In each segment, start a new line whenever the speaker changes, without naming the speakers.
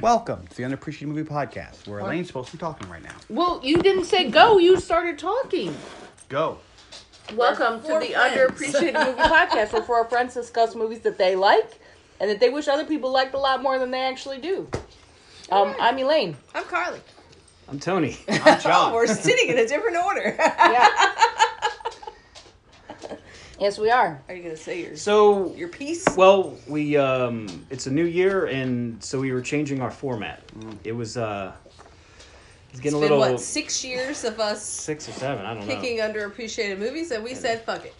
Welcome to the Unappreciated Movie Podcast, where Elaine's supposed to be talking right now.
Well, you didn't say go. You started talking.
Go.
Welcome to
four
the
friends.
Underappreciated Movie Podcast, where four friends discuss movies that they like and that they wish other people liked a lot more than they actually do. Um, I'm Elaine.
I'm Carly.
I'm Tony.
I'm John.
We're sitting in a different order.
Yeah. yes, we are.
Are you gonna say your
So,
your piece?
well, we um, it's a new year, and so we were changing our format. It was uh, it's
Mm. it's
getting
been
a little
what six years of us
six or seven. I don't
picking underappreciated movies, and we said fuck it.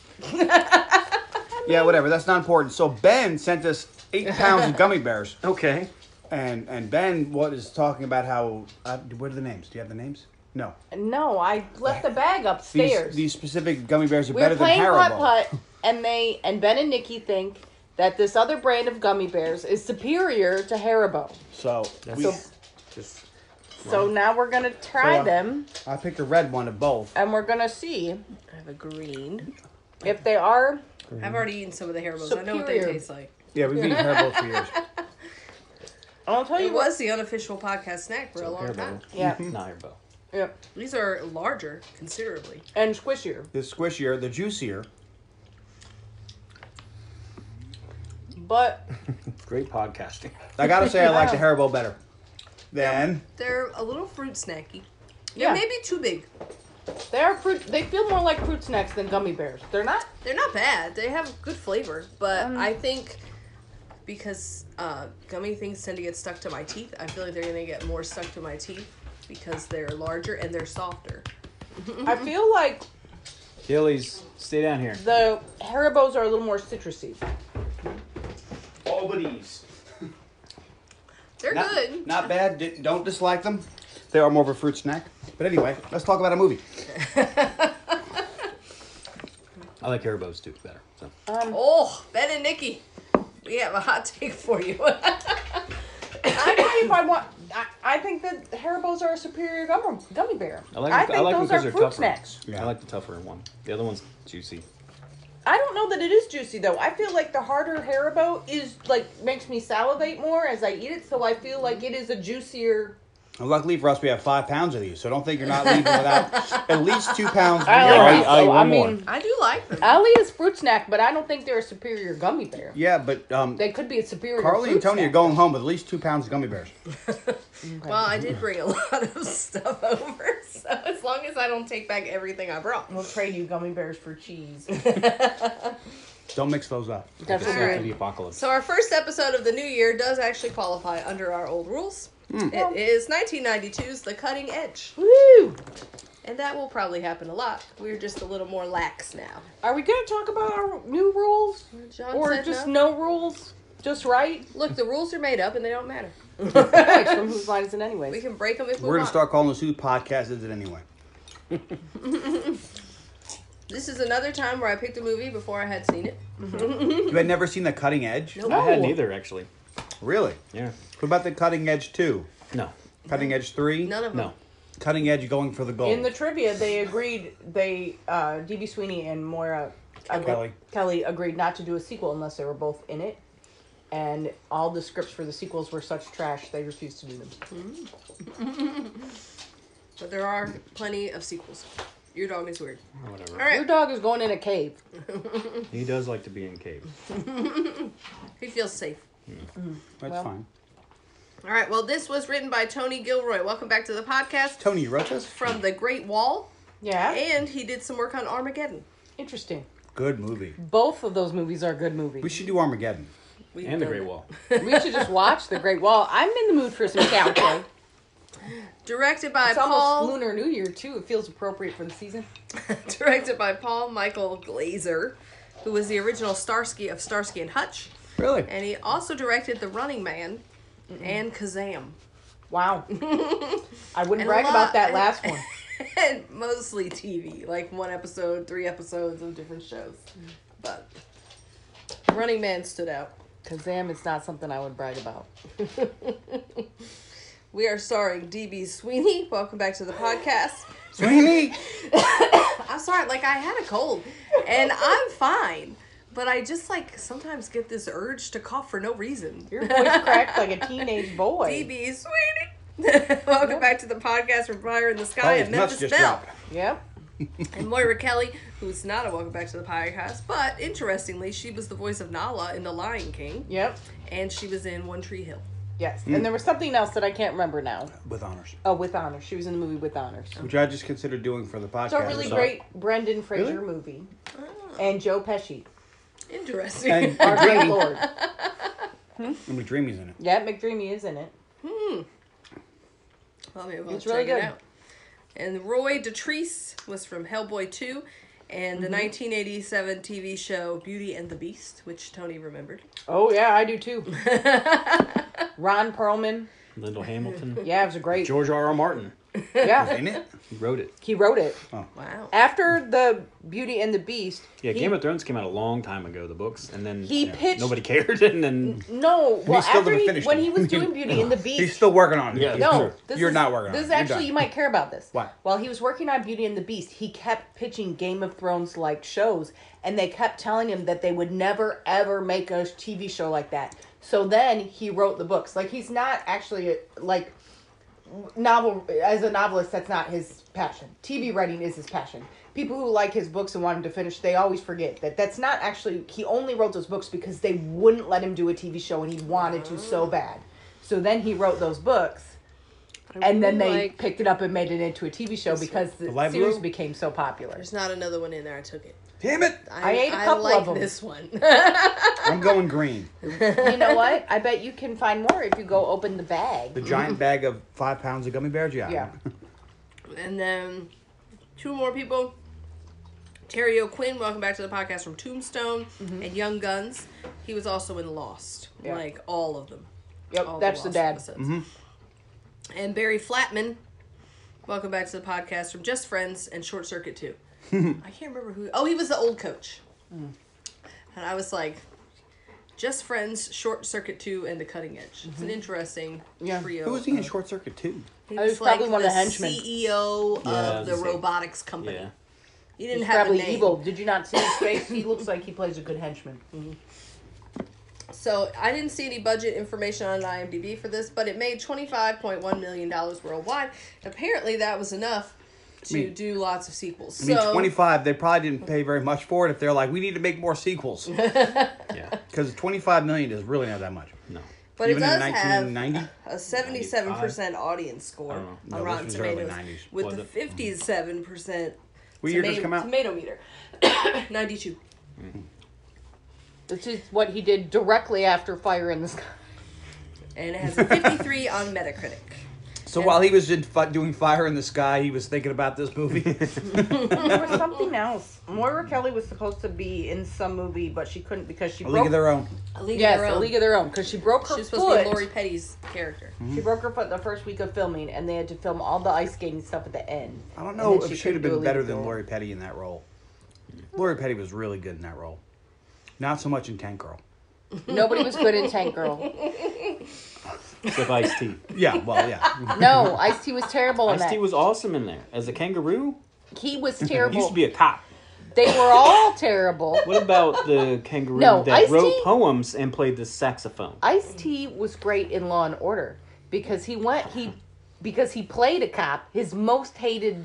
Yeah, whatever. That's not important. So Ben sent us eight pounds of gummy bears,
know. Okay.
and and Ben what is talking about how uh, what are the names? Do you have the names? No.
No, I left the bag
These
upstairs.
these specific gummy bears are
we
better
were
than
playing putt
Haribo.
putt, and they and Ben and Nikki think that this other brand of gummy bears is superior to Haribo.
So
That's
we,
just
So now we're gonna try
So, uh,
them.
I picked a red one of both.
and we're gonna see
I have a green.
if they are.
Mm-hmm.
I've already eaten some of the Haribo's. I know what they
Superior.
taste like.
Yeah, we've been Haribo for years.
I'll tell
It
you what.
was the unofficial podcast snack for a long time.
Haribo.
Yeah,
not Haribo.
yeah,
These are larger considerably.
and squishier.
The squishier, the juicier.
But
Great podcasting.
I gotta say, I like the Haribo better. Then
They're a little fruit snacky.
yeah,
They're maybe too big.
they are fruit. They feel more like fruit snacks than gummy bears. They're not.
They're not bad. They have good flavor, but I think because uh, gummy things tend to get stuck to my teeth, I feel like they're gonna get more stuck to my teeth because they're larger and they're softer.
I
Mm-hmm.
feel like
Gillies, stay down here.
the Haribo's are a little more citrusy.
all but these.
They're
Not,
good.
not bad. Di- Don't dislike them. They are more of a fruit snack. But anyway, let's talk about a movie.
I like Haribo's too better. So.
oh, Ben and Nikki, we have a hot take for you.
I think if I want, I, I think that Haribo's are a superior gummy gummy bear.
I like.
think
I like them
those
because
are
they're
fruit
tougher.
snacks.
Yeah.
I like the tougher one. The other one's juicy.
I don't know that it is juicy though. I feel like the harder Haribo is like makes me salivate more as I eat it, so I feel like it is a juicier.
And luckily for us, we have five pounds of these, so don't think you're not leaving without at least two pounds.
I
for your
like
own.
these, though. I mean,
I do like them.
Ali is fruit snack, but I don't think they're a superior gummy bear.
Yeah, but um,
They could be a superior.
Carly and
fruit
Tony are
snack.
going home with at least two pounds of gummy bears.
Well, I did bring a lot of stuff over, so as long as I don't take back everything I brought.
We'll trade you gummy bears for cheese.
Don't mix those up.
That's
Just
all
after
right.
the apocalypse.
So our first episode of the new year does actually qualify under our old rules. It is 1992's The Cutting Edge,
Woo!
and that will probably happen a lot. We're just a little more lax now.
Are we gonna talk about our new rules
John
or
said
just
no.
no rules? Just right.
Look, the rules are made up and they don't matter.
Thanks from whose line is it
We
anyways?
can break them if we
We're gonna
want.
start calling this who podcast is it anyway?
This is another time where I picked a movie before I had seen it.
You had never seen The Cutting Edge?
Nope.
I hadn't
No.
either actually.
Really?
Yeah.
What about The Cutting Edge two?
No.
Cutting Edge three?
None of them.
No.
Cutting Edge going for the gold.
In the trivia, they agreed. They uh, DB Sweeney and Moira ag-
Kelly.
Kelly agreed not to do a sequel unless they were both in it. And all the scripts for the sequels were such trash they refused to do them.
But there are plenty of sequels. Your dog is weird.
Whatever.
All right.
Your dog is going in a cave.
He does like to be in cave.
He feels safe.
That's
well.
fine.
All right. Well, this was written by Tony Gilroy. Welcome back to the podcast
Tony, you wrote this?
from The Great Wall,
Yeah,
and he did some work on Armageddon.
interesting.
Good movie.
Both of those movies are good movies.
We should do Armageddon.
We've
And the
done
Great
that.
Wall.
We should just watch The Great Wall. I'm in the mood for some cowboy.
Directed by
It's
Paul.
almost Lunar New Year too. It feels appropriate for the season.
directed by Paul Michael Glazer, who was the original Starsky of Starsky and Hutch,
Really?
and he also directed The Running Man and Kazam,
Wow. I wouldn't
And
brag
a lot-
about that last one.
and mostly TV, like one episode, three episodes of different shows, but Running Man stood out.
Kazam is not something I would brag about.
We are starring DB Sweeney. Welcome back to the podcast.
Sweeney!
I'm sorry, like I had a cold, and I'm fine. But I just like sometimes get this urge to cough for no reason.
Your voice cracked like a teenage boy.
DB, sweetie. Welcome back to the podcast from Fire in the Sky
Oh,
his
and
nuts
Memphis
just
Bell.
dropped.
Yep.
And Moira Kelly, who's not a Welcome Back to the Podcast, but interestingly, she was the voice of Nala in The Lion King,
Yep.
and she was in One Tree Hill.
Yes. And there was something else that I can't remember now.
with honors,
Oh, with honors. She was in the movie with honors.
which I just considered doing for the podcast.
It's a really
So-
great Brendan Fraser movie. And Joe Pesci.
Interesting.
And
Our great
McDreamy,
lord.
and McDreamy's in it.
Yeah, McDreamy is in it.
Hmm. Well, maybe we'll
It's
check
really
it
good.
out. And Roy Detrice was from Hellboy 2 and the
Mm-hmm.
1987 TV show Beauty and the Beast, which Tony remembered.
Oh yeah, I do too. Ron Perlman.
Lyndall Hamilton.
Yeah, it was a great.
George R. R. Martin.
Yeah,
In it? Oh.
He wrote it.
he wrote it
Wow.
after the Beauty and the Beast.
Yeah,
he-
Game of Thrones came out a long time ago, the books, and then
He
yeah,
pitched-
nobody cared, and then
No, well,
he's still
after
didn't
he,
finish
when
them.
he was doing Beauty and the Beast,
He's still working on it.
Yeah.
No,
Sure.
this
you're
is-
not working on
This is
it. You're
actually
done.
you might care about this.
Why?
While he was working on Beauty and the Beast, he kept pitching Game of Thrones like shows, and they kept telling him that they would never ever make a TV show like that. So then he wrote the books. Like he's not actually like novel as a novelist. That's not his passion. TV writing is his passion. People who like his books and want him to finish, they always forget that that's not actually. He only wrote those books because they wouldn't let him do a TV show, and he wanted to so bad. So then he wrote those books and then they
Like,
picked it up and made it into a TV show because the,
The live
series
room?
became so popular.
There's not another one in there. I took it.
Damn it!
I ate a couple
like
of 'em.
this one.
I'm going green.
you know what? I bet you can find more if you go open the
The
bag.
giant bag of five pounds of gummy bears. Yeah.
Yeah.
and then two more people. Terry O'Quinn, welcome back to the podcast from Tombstone and Young Guns. He was also in Lost,
Mm-hmm. Yeah.
like all of them.
Yep,
all
that's the
Lost
dad.
episodes.
Mm-hmm.
And Barry Flatman, welcome back to the podcast from Just Friends and Short Circuit 2. I can't remember who. Oh, he was the old coach.
Mm.
And I was like, Just Friends, Short Circuit 2, and The Cutting Edge. It's
Mm-hmm.
an interesting
Yeah.
trio.
Who was he in
of-
Short Circuit too?
He
was probably one of the henchmen.
CEO
Yeah,
E of the
the same.
robotics company.
yeah.
He didn't
He's
have a
probably
name.
evil. Did you not see his face? He looks like he plays a good henchman.
So I didn't see any budget information on IMDb for this, but it made twenty five point one million dollars worldwide. Apparently, that was enough to
mean-
do lots of sequels.
I mean,
so
25. They probably didn't pay very much for it. If they're like, we need to make more sequels,
yeah,
because 25 million is really not that much.
no,
but it
Even in
does have
1990.
a seventy seven percent audience score
I don't know.
on
No, this
Rotten
was early
Tomatoes,
90s,
with
was
the
it?
fifty seven percent
What year did this come out?
tomato meter, ninety two.
This is what he did directly after Fire in the Sky.
And it has a 53 on Metacritic.
So while he was in, fi- doing Fire in the Sky, he was thinking about this movie.
There was something else. Moira Kelly was supposed to be in some movie, but she couldn't because she
A League of Their Own.
A League of
Yes,
Their
a
Own.
League of Their Own, because she broke her
She was
foot.
supposed to be Lori Petty's character.
Mm-hmm.
She broke her foot the first week of filming, and they had to film all the ice skating stuff at the end.
I don't
And
know
then
if she'd
couldn't
have
do a
been
League
better
of Their
than
Own.
Lori Petty in that role. Lori Petty was really good in that role. Not so much in Tank Girl.
Nobody was good at Tank Girl.
except Ice T.
Yeah, well, yeah.
No, Ice T was terrible in
Ice T
that.
was awesome in there as a kangaroo.
he was
He used
terrible.
to be a cop.
they were all terrible.
What about the kangaroo
No,
that
Ice-T-
wrote poems and played the saxophone?
Ice T was great in Law and Order because he went he because he played a cop, his most hated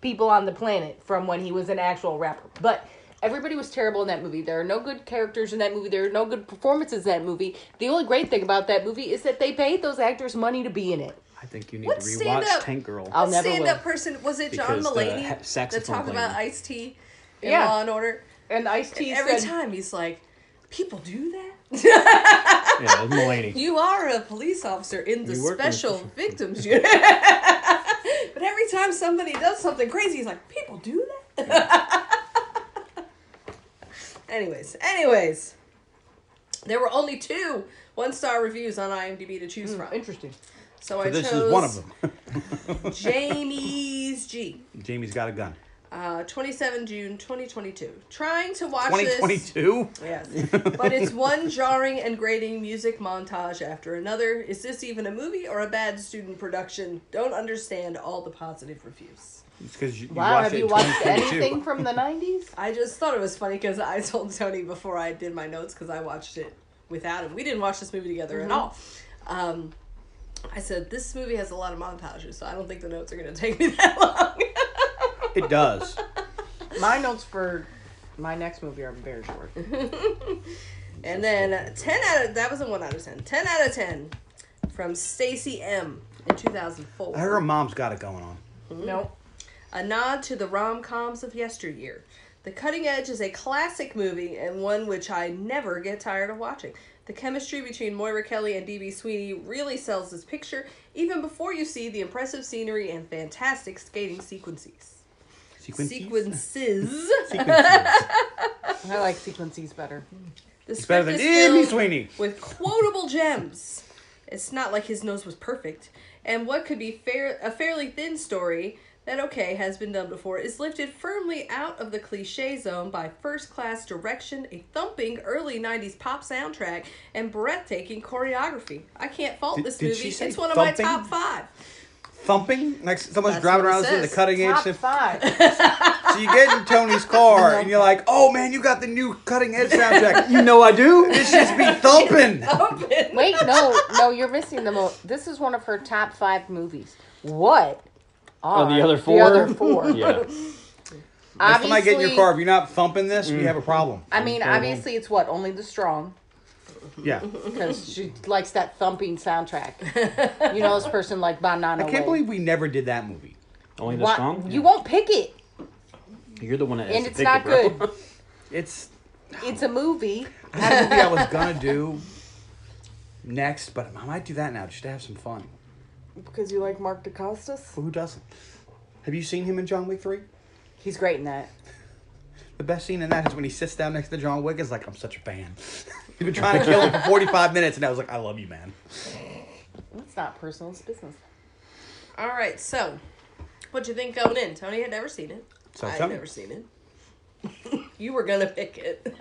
people on the planet from when he was an actual rapper. But everybody was terrible in that movie. There are no good characters in that movie. There are no good performances in that movie. The only great thing about that movie is that they paid those actors money to be in it.
I think you need
What
to rewatch
stand-up-
Tank Girl.
I'll never
stand
will.
up person was it John
Because the ha-
Mulaney that
saxophone
talked about
player.
Ice T in
Yeah.
Law and Order?
And Ice T
Every
said,
time he's like, "People do that."
yeah, it was Mulaney.
You are a police officer in the
You work in the
special victims unit. but every time somebody does something crazy, he's like, "People do that." anyways, anyways, there were only two one-star reviews on IMDb to
Hmm.
choose from,
"Interesting."
so I
This
chose
is one of them.
Jamie's G.
Jamie's got a gun.
Uh, 27 June 2022. Trying to watch this.
2022.
Yes. But it's one jarring and grating music montage after another. Is this even a movie or a bad student production? Don't understand all the positive reviews.
It's because you, you
Wow,
watched
have
it
you
in
watched
2022.
anything from the 90s?
I just thought it was funny because I told Tony before I did my notes because I watched it without him. We didn't watch this movie together at all. Um, I said, This movie has a lot of montages, so I don't think the notes are going to take me that long.
It does.
My notes for my next movie are very short.
And then uh, 10 out of that was a 1 out of 10. 10 out of 10 from Stacy M in 2004.
I heard her mom's got it going on.
Nope.
Mm-hmm. A nod to the rom-coms of yesteryear. The Cutting Edge is a classic movie and one which I never get tired of watching. The chemistry between Moira Kelly and D.B. Sweeney really sells this picture even before you see the impressive scenery and fantastic skating sequences.
Sequences.
Sequences.
Sequences.
I like sequences better.
The
It's better
script
than
is
Amy
filled
Sweeney.
with quotable gems. It's not like his nose was perfect, and what could be fair a fairly thin story that okay has been done before is lifted firmly out of the cliche zone by first class direction, a thumping early '90s pop soundtrack, and breathtaking choreography. I can't fault
Did-
this
did
movie.
she say
it's one of
thumping?
my top five.
Thumping. Like someone's
That's
driving
what it
around listening to
says.
cutting edge.
Top
stuff.
five.
So you get in Tony's car and you're like, "Oh man, you got the new cutting edge soundtrack." you know I do. This should be thumping.
Wait, no, no, you're missing the mo This is one of her top five movies. What? Are
Oh, the other four.
The other four.
yeah.
Next time I get in your
Obviously-
car, if you're not thumping this, we have a problem.
I mean, obviously, it's what only the strong
Yeah.
because she likes that thumping soundtrack. You know, this person like banana.
I can't
Way.
believe we never did that movie.
Only the
Why-
strong.
You won't pick it,
You're the one that. has
and
to
it's
pick
not
it, bro.
good.
It's
It's a movie.
I had a movie I was gonna do next, but I might do that now just to have some fun.
Because you like Mark DeCostas?
But who doesn't? Have you seen him in John Wick Three?
He's great in that.
The best scene in that is when he sits down next to John Wick. Is like, I'm such a fan. You've been trying to kill him for 45 minutes, and I was like, I love you, man.
It's not personal, it's business.
All right, so what'd you think going in? Tony had never seen it.
So,
I've
Tony-
never seen it. you were gonna pick it.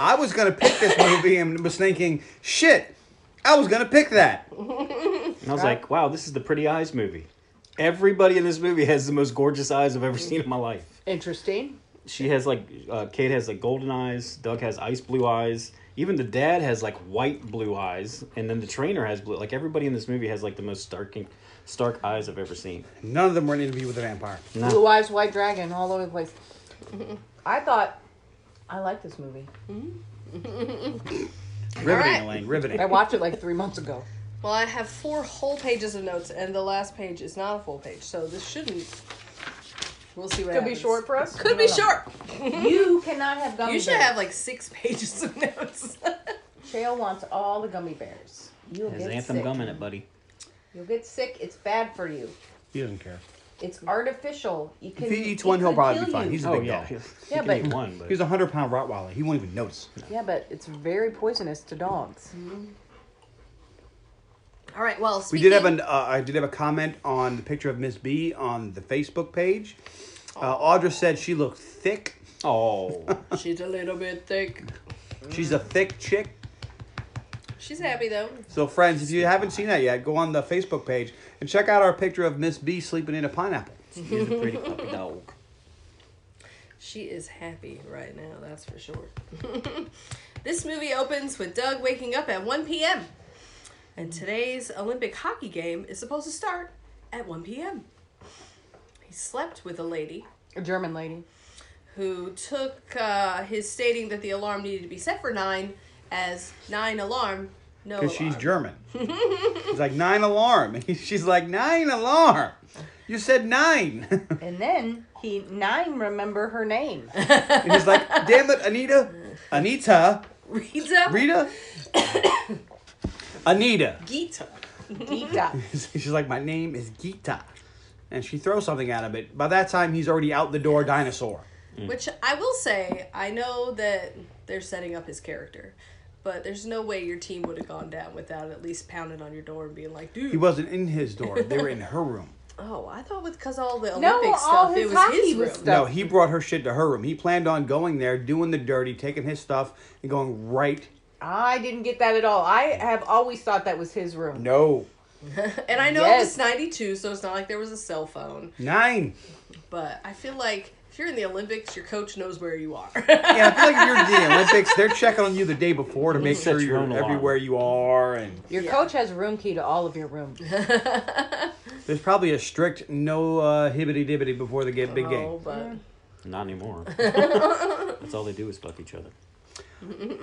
I was gonna pick this movie and was thinking, shit, I was gonna pick that.
And I was like, wow, this is the Pretty Eyes movie. Everybody in this movie has the most gorgeous eyes I've ever seen in my life.
Interesting.
She has like, uh, Kate has like golden eyes. Doug has ice blue eyes. Even the dad has like white blue eyes, and then the trainer has blue. Like everybody in this movie has like the most starking, stark eyes I've ever seen.
None of them were in Interview with a Vampire.
No.
Blue Eyes White Dragon all over the place. I thought I like this movie.
Riveting,
right.
Elaine,
I
riveting.
watched it like three months ago.
Well, I have four whole pages of notes, and the last page is not a full page, so this shouldn't. We'll see what
Could be
happens.
short for us.
Could be short.
You cannot have gummy
You should
bears.
have like six pages of notes.
Trail wants all the gummy bears. You'll
Has
get
Anthem
sick.
Gum in it, buddy.
You'll get sick. It's bad for you.
He doesn't care.
It's artificial. You can.
If he eats
it
one, he'll
could
probably
kill
be fine.
you.
He's a
Oh
big
yeah,
guy.
he
Yeah,
can
but-
eat one, but
He's a hundred pound Rottweiler. He won't even notice.
yeah, but it's very poisonous to dogs.
All right. Well,
We
speaking,
did have an uh, I did have a comment on the picture of Miss B on the Facebook page. Uh, Audra said she looked thick.
oh,
She's a little bit thick.
She's a thick chick.
She's happy though.
So friends, if you haven't seen that yet, go on the Facebook page and check out our picture of Miss B sleeping in a pineapple.
he's a pretty puppy dog.
She is happy right now. That's for sure. this movie opens with Doug waking up at 1 p.m. And today's Olympic hockey game is supposed to start at 1 p.m. He slept with a lady
A German lady.
who took uh, his stating that the alarm needed to be set for nine as nine alarm. No,
Because she's
alarm.
German. It's like nine alarm. She's like nine alarm. You said nine.
And then he nine remember her name.
and he's like, damn it, Anita, Anita,
Rita.
Rita, Anita.
Gita.
Gita.
She's like, my name is Gita. And she throws something at him. But by that time, he's already out the door dinosaur.
Which I will say, I know that they're setting up his character, but there's no way your team would have gone down without at least pounding on your door and being like, dude.
He wasn't in his door. They were in her room.
Oh, I thought with because all the Olympic
No, all
stuff,
his
it was
hockey
his
was
room.
stuff.
No, he brought her shit to her room. He planned on going there, doing the dirty, taking his stuff, and going right.
I didn't get that at all. I have always thought that was his room.
No.
And I know
Yes.
it's '92, so it's not like there was a cell phone.
Nine.
But I feel like if you're in the Olympics, your coach knows where you are.
Yeah, I feel like if you're in the Olympics, they're checking on you the day before to make
set
sure
your
you're
own alarm.
everywhere you are. And
Your coach has room key to all of your rooms.
there's probably a strict no uh, hibbity dibbity before the ga- big
Oh,
game.
but
Not anymore. That's all they do is fuck each other.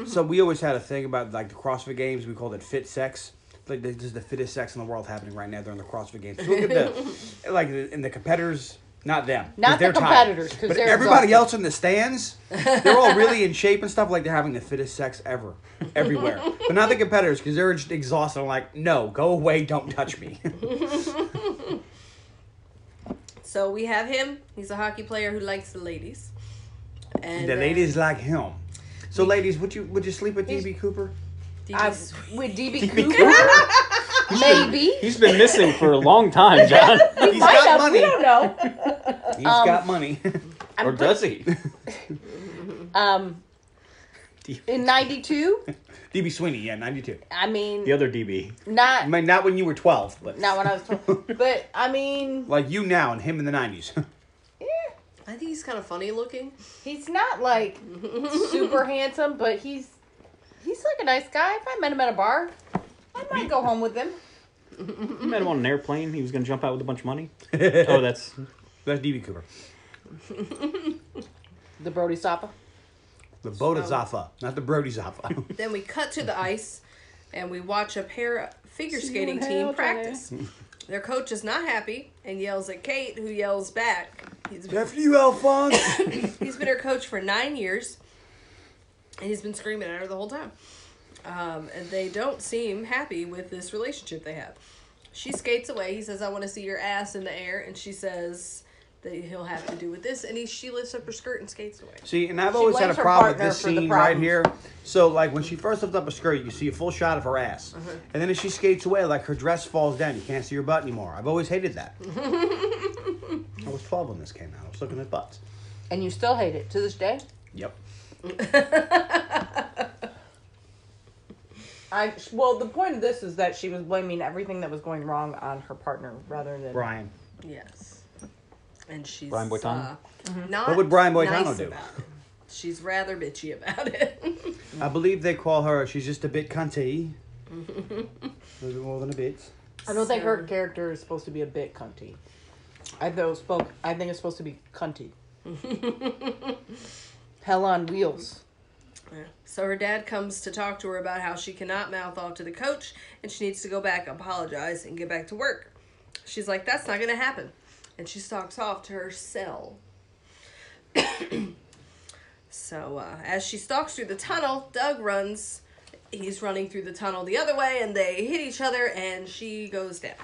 So we always had a thing about like the CrossFit games. We called it fit sex. Like this is the fittest sex in the world happening right now during the CrossFit games. So look at the like the- and the competitors, not them, 'cause
Not the
they're tired.
competitors, 'cause
but
they're
everybody
exhausted.
else in the stands, they're all really in shape and stuff. Like they're having the fittest sex ever, everywhere. but not the competitors because they're just exhausted. I'm like, no, go away, don't touch me.
so we have him. He's a hockey player who likes the ladies. And
the
uh,
ladies like him. So ladies, would you would you sleep with
He's-
DB Cooper?
DB
I,
Sweet.
with DB
DB
Cooper, maybe.
He's been missing for a long time, John.
He's
Might
got
have,
money.
We um, don't know.
He's got money.
or does he?
Um, in '92,
DB Sweeney, yeah, ninety two.
I mean,
The other DB.
not
I mean, not when you were twelve, but
not when I was 12, but I mean,
like you now and him in the 90s.
eh,
I think he's kind of funny looking.
he's not like super handsome, but he's he's like a nice guy. If I met him at a bar, I might go home with him.
You met him on an airplane. He was going to jump out with a bunch of money. oh, that's
That's DB Cooper.
The Brody Sapa.
The Bodazapa, not the Brody Zappa.
Then we cut to the ice, and we watch a pair figure
See you
skating
in
team
hell,
practice. Their coach is not happy and yells at Kate, who yells back. He's
After you, Alphonse.
He's been her coach for nine years, and he's been screaming at her the whole time. Um, and they don't seem happy with this relationship they have. She skates away. He says, "I want to see your ass in the air," and she says that he'll have to do with this. And he she lifts up her skirt and skates away.
See, and I've always had a
blames her
problem with
partner
this
for the
scene right
problems.
here. So, like, when she first lifts up a skirt, you see a full shot of her ass.
Mm-hmm.
And then as she skates away, like, her dress falls down. You can't see her butt anymore. I've always hated that. I was 12 when this came out. I was looking at butts.
And you still hate it to this day?
Yep.
I well, the point of this is that she was blaming everything that was going wrong on her partner rather than
Brian.
Yes. And she's
Brian Boitano?
Uh, not
What would Brian Boitano
nice
do?
about it. She's rather bitchy about it.
I believe they call her, she's just a bit cunty. a little bit more than a bit.
I don't think her character is supposed to be a bit cunty. I though spoke. I think it's supposed to be cunty. Hell on wheels.
So her dad comes to talk to her about how she cannot mouth off to the coach and she needs to go back, apologize, and get back to work. She's like, that's not going to happen. And she stalks off to her cell. so uh, as she stalks through the tunnel, Doug runs. He's running through the tunnel the other way and they hit each other and she goes down.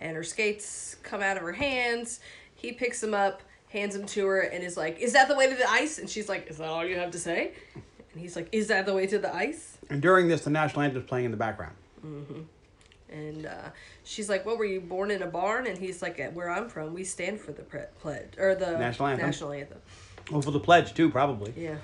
And her skates come out of her hands. He picks them up, hands them to her, and is like, Is that the way to the ice? And she's like, Is that all you have to say? And he's like, Is that the way to the ice?
And during this, the national anthem's playing in the background.
And uh, she's like, What were you born in a barn? And he's like, "At Where I'm from, we stand for the pre- pledge or the
National anthem.
National anthem.
Well, for the pledge, too, probably.
Yeah.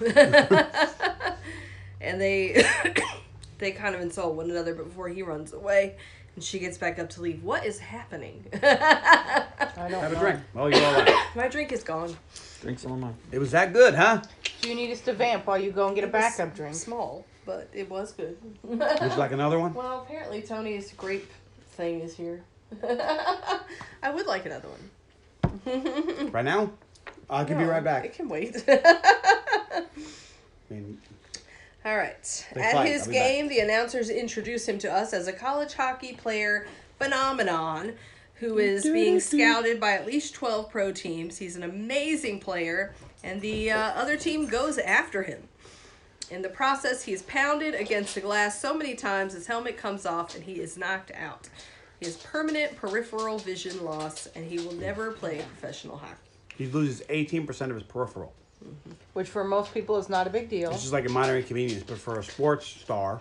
and they they kind of insult one another before he runs away, and she gets back up to leave. What is happening?
I don't
Have a
know.
drink. Oh, you're all right.
My drink is gone.
drink some of mine.
It was that good, huh?
Do you need us to vamp while you go and get a backup drink?
Small, but it was good.
Would you like another one?
Well, apparently Tony's grape thing is here. I would like another one.
Right now? I can be
No,
right
It
back.
can wait.
I mean,
All right.
They
At
fight.
his
I'll be back.
game, the announcers introduce him to us as a college hockey player phenomenon who is being scouted by at least 12 pro teams. He's an amazing player, and the uh, other team goes after him. In the process, he's pounded against the glass so many times his helmet comes off and he is knocked out. He has permanent peripheral vision loss, and he will never play professional hockey.
he loses 18% of his peripheral.
Which for most people is not a big deal.
This is like a minor inconvenience, but for a sports star,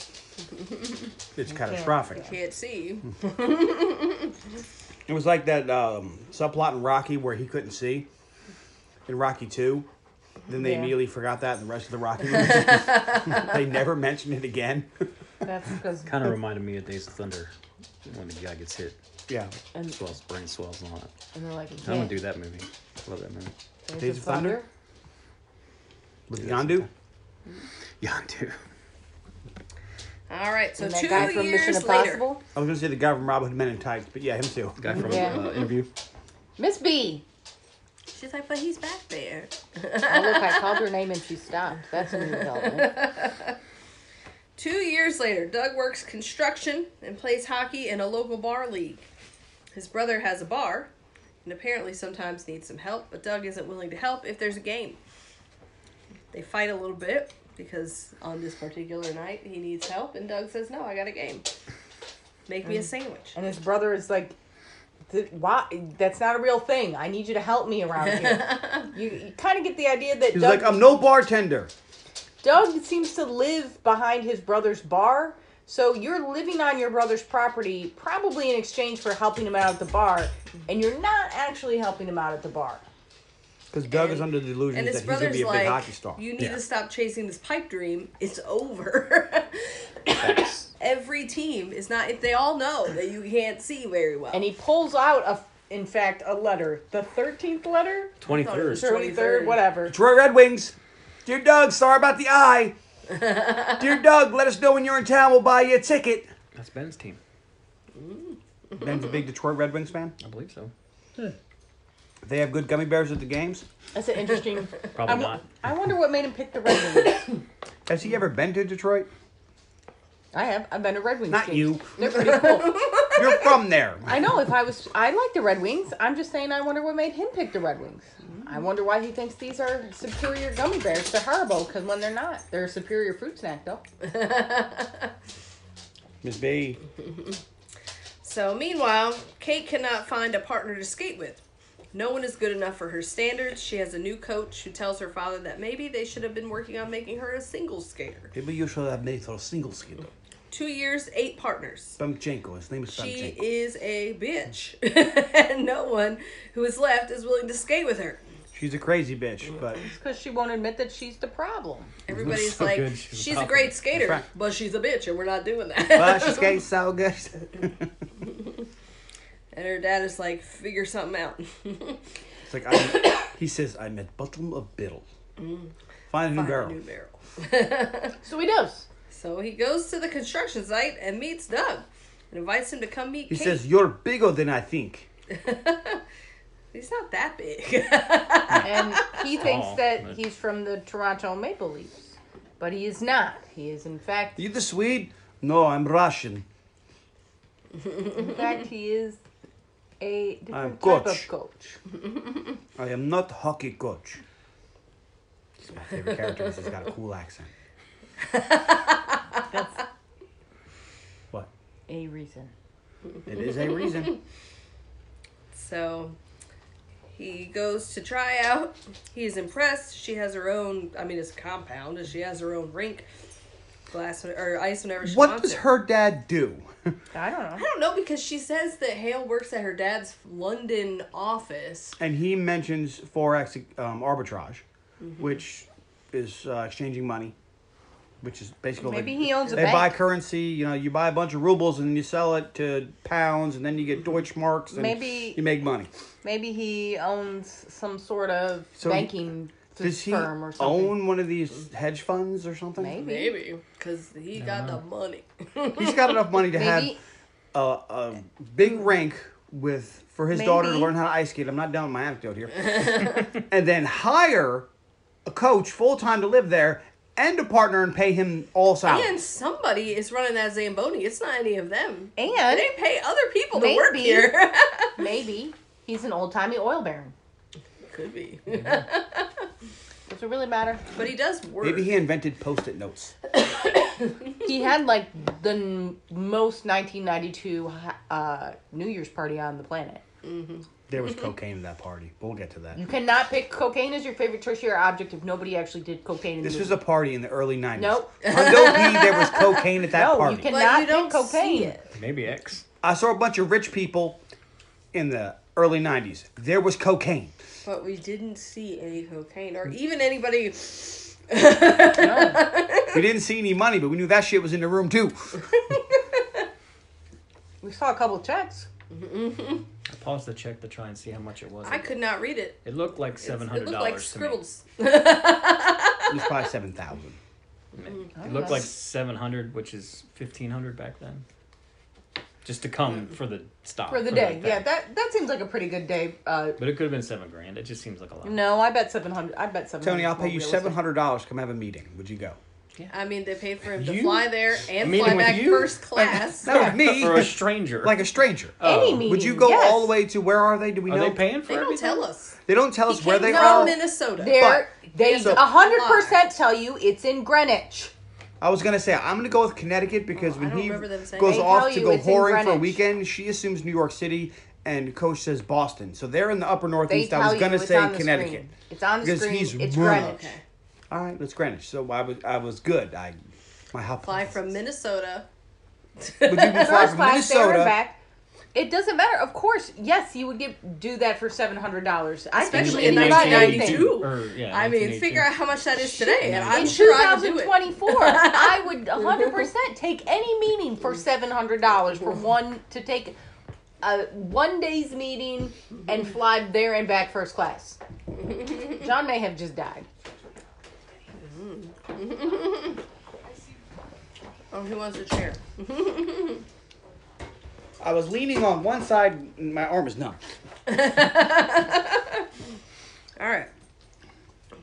it's catastrophic.
Can't see.
It was like that um, subplot in Rocky where he couldn't see in Rocky Two. Then they
Yeah.
immediately forgot that in the rest of the Rocky movies. they never mentioned it again.
That's because
Kind of reminded me of Days of Thunder when the guy gets hit,
yeah.
and,
swells, brain swells, and all that.
and they're like,
I'm
yeah,
gonna do that movie. Love that movie.
there's
Days
a
of Thunder? With Yondu?
Yondu.
All right, so
And
two
that guy from
years
Mission
later.
Impossible,
I was gonna say the guy from Robin Hood Men in Tights, but yeah, him too.
Guy from
Yeah.
uh, interview.
Miss B.
She's like, but he's back there.
Oh, look, I called her name and she stopped. That's a new development.
Two years later, Doug works construction and plays hockey in a local bar league. His brother has a bar and apparently sometimes needs some help, but Doug isn't willing to help if there's a game. They fight a little bit because on this particular night he needs help, and Doug says, No, I got a game. Make me a sandwich.
And his brother is like, "Th- why? That's not a real thing. I need you to help me around here. you you kind of get the idea that
He was
Doug,
like, I'm no bartender.
Doug seems to live behind his brother's bar. So you're living on your brother's property, probably in exchange for helping him out at the bar, and you're not actually helping him out at the bar.
Because Doug is
And-
under the delusion
And
that
his
he's gonna
brother's
be a
like,
big hockey star.
You need
Yeah.
to stop chasing this pipe dream. It's over. Every team is not, if they all know that you can't see very well.
And he pulls out a, in fact, a letter, the thirteenth letter,
Twenty third.
Sure.
23rd,
23rd.
whatever.
Detroit Red Wings. Dear Doug, sorry about the eye. Dear Doug, let us know when you're in town. We'll buy you a ticket.
That's Ben's team.
Ben's a big Detroit Red Wings fan.
I believe so.
They have good gummy bears at the games.
That's an interesting.
Probably
I wo-
not.
I wonder what made him pick the Red Wings.
Has he ever been to Detroit?
I have. I've been to Red Wings.
Not
games.
you.
They're pretty cool.
You're from there.
I know. If I was, I like the Red Wings. I'm just saying. I wonder what made him pick the Red Wings. I wonder why he thinks these are superior gummy bears to Haribo. Because when they're not, they're a superior fruit snack, though.
Miss B.
So, meanwhile, Kate cannot find a partner to skate with. No one is good enough for her standards. She has a new coach who tells her father that maybe they should have been working on making her a single skater.
Maybe you should have made for a single skin.
Two years, eight partners.
Bumchenko. His name is
She
Bumchenko.
is a bitch, and no one who is left is willing to skate with her.
She's a crazy bitch, but
It's because she won't admit that she's the problem.
Everybody's
so
like,
good, she's
she's,
a
a
pop-
great skater,
That's right.
but she's a bitch, and we're not doing that.
but she skates so good.
and her dad is like, figure something out.
it's like i he says, I'm at bottom of biddle. Find a new
Mm. Find a
barrel.
new barrel.
So he does.
So he goes to the construction site and meets Doug and invites him to come meet
He
Kate.
says, You're bigger than I think.
He's not that big.
And he thinks
Oh,
that
but-
he's from the Toronto Maple Leafs, but he is not. He is, in fact,
You the Swede? No, I'm Russian.
in fact, he is a different type
coach.
of coach.
I am not hockey coach. He's my favorite character because he's got a cool accent. what?
A reason.
It is a reason.
so he goes to try out. He is impressed. She has her own, I mean, it's a compound, and she has her own rink, glass or ice whenever she
What
wants
does
it.
her dad do?
I don't know.
I don't know because she says that Hale works at her dad's London office.
and he mentions forex um, arbitrage, which is uh, exchanging money, which is basically
Maybe
they,
he owns a
they buy
bank.
currency. You know, you buy a bunch of rubles and you sell it to pounds, and then you get Deutschmarks, and
Mm-hmm. Maybe-
you make money.
Maybe he owns some sort of
So,
banking f-
Does he
firm or something.
own one of these hedge funds or something?
Maybe.
Maybe because he got the money.
He's got enough money to
Maybe
have a, a big rank with for his daughter to
Maybe.
learn how to ice skate. I'm not down with my anecdote here. and then hire a coach full time to live there and a partner and pay him all salary.
and somebody is running that Zamboni. It's not any of them.
And-
they pay other people to work
Maybe.
here.
maybe he's an old timey oil baron.
Could be.
Does it really matter?
But he does work.
Maybe he invented post-it notes.
He had like the n- most 1992 uh, New Year's party on the planet.
There was cocaine at that party. But we'll get to that.
You cannot pick cocaine as your favorite tertiary object if nobody actually did cocaine. In
This
the
was
movie.
a party in the early 90s.
Nope.
Hundo B, there was cocaine at that
no.
party.
You cannot
But you
pick
don't
cocaine.
see it.
Maybe X.
I saw a bunch of rich people in the early 90s, there was cocaine.
But we didn't see any cocaine
Mm.
or even anybody.
We didn't see any money, but we knew that shit was in the room too.
We saw a couple checks.
I paused the check to try and see how much it was.
I could not read it.
it looked like
It's-
seven hundred
It looked like
dollars to me.
scribbles.
It was probably 7,000.
Mm,
It looked like seven hundred, which is fifteen hundred back then. Just to come for the stop
Mm. For the day.
thing.
Yeah, that that seems like a pretty good day. Uh,
But it could have been seven grand. It just seems like a lot.
no, I bet 700. I bet 700.
Tony, I'll
is more
pay you
realistic.
$700. Come have a meeting. Would you go?
I mean, they paid for him to
You?
fly there and
meeting
fly
with
back
you?
first class.
Not with me.
Or a stranger.
like a stranger.
Any meeting.
Would you go
yes.
all the way to where are they? Do we
are
know?
they paying for
they don't
everything?
tell us.
They don't tell us
He
where
came
they
from
are.
Minnesota.
There, they
So-
100% tell you it's in Greenwich.
I was gonna say I'm gonna go with Connecticut because
Oh, I
when
don't
he
remember them saying
goes
that. They
off
tell
to
you
go
it's in
whoring for a
Greenwich.
weekend, she assumes New York City, and Coach says Boston. So they're in the upper
They
northeast.
tell
I was
you
gonna
it's
say
on the
Connecticut.
Screen. It's on the
Because
screen.
he's
It's
wrong.
Greenwich.
Okay.
All right, that's Greenwich. So I was I was good. I my help.
Fly from Minnesota.
Would you fly
First
from
class, there and
Minnesota?
back. It doesn't matter. Of course, yes, you would get do that for seven hundred dollars,
Especially
in
1992.
Or, yeah,
I mean,
1982.
figure out how much that is today, and I'm
In
sure I would do it.
2024, I would 100 percent take any meeting for seven hundred dollars for one to take a one day's meeting and fly there and back first class. John may have just died.
Oh, who wants a chair?
I was leaning on one side. and My arm is numb.
All right.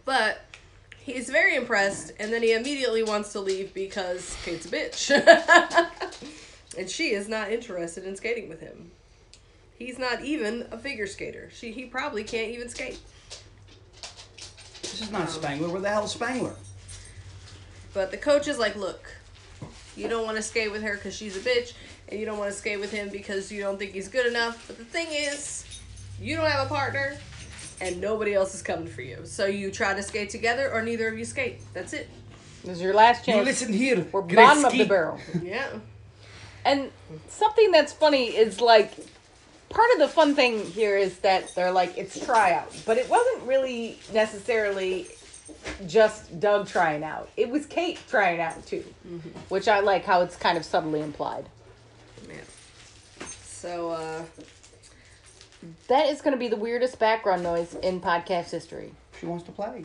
But he's very impressed, and then he immediately wants to leave because Kate's a bitch. and she is not interested in skating with him. He's not even a figure skater. She, he probably can't even skate.
This is not Spangler. Where the hell is Spangler?
But the coach is like, look, you don't want to skate with her because she's a bitch, and you don't want to skate with him because you don't think he's good enough. But the thing is, you don't have a partner, and nobody else is coming for you. So you try to skate together, or neither of you skate. That's it.
This is your last
You
chance.
listen here.
We're bottom of the
Gretzky.
barrel.
Yeah.
And something that's funny is like part of the fun thing here is that they're like it's tryout, but it wasn't really necessarily just Doug trying out. It was Kate trying out too,
Mm-hmm.
which I like how it's kind of subtly implied.
Man. So, uh,
That is going to be the weirdest background noise in podcast history.
She wants to play.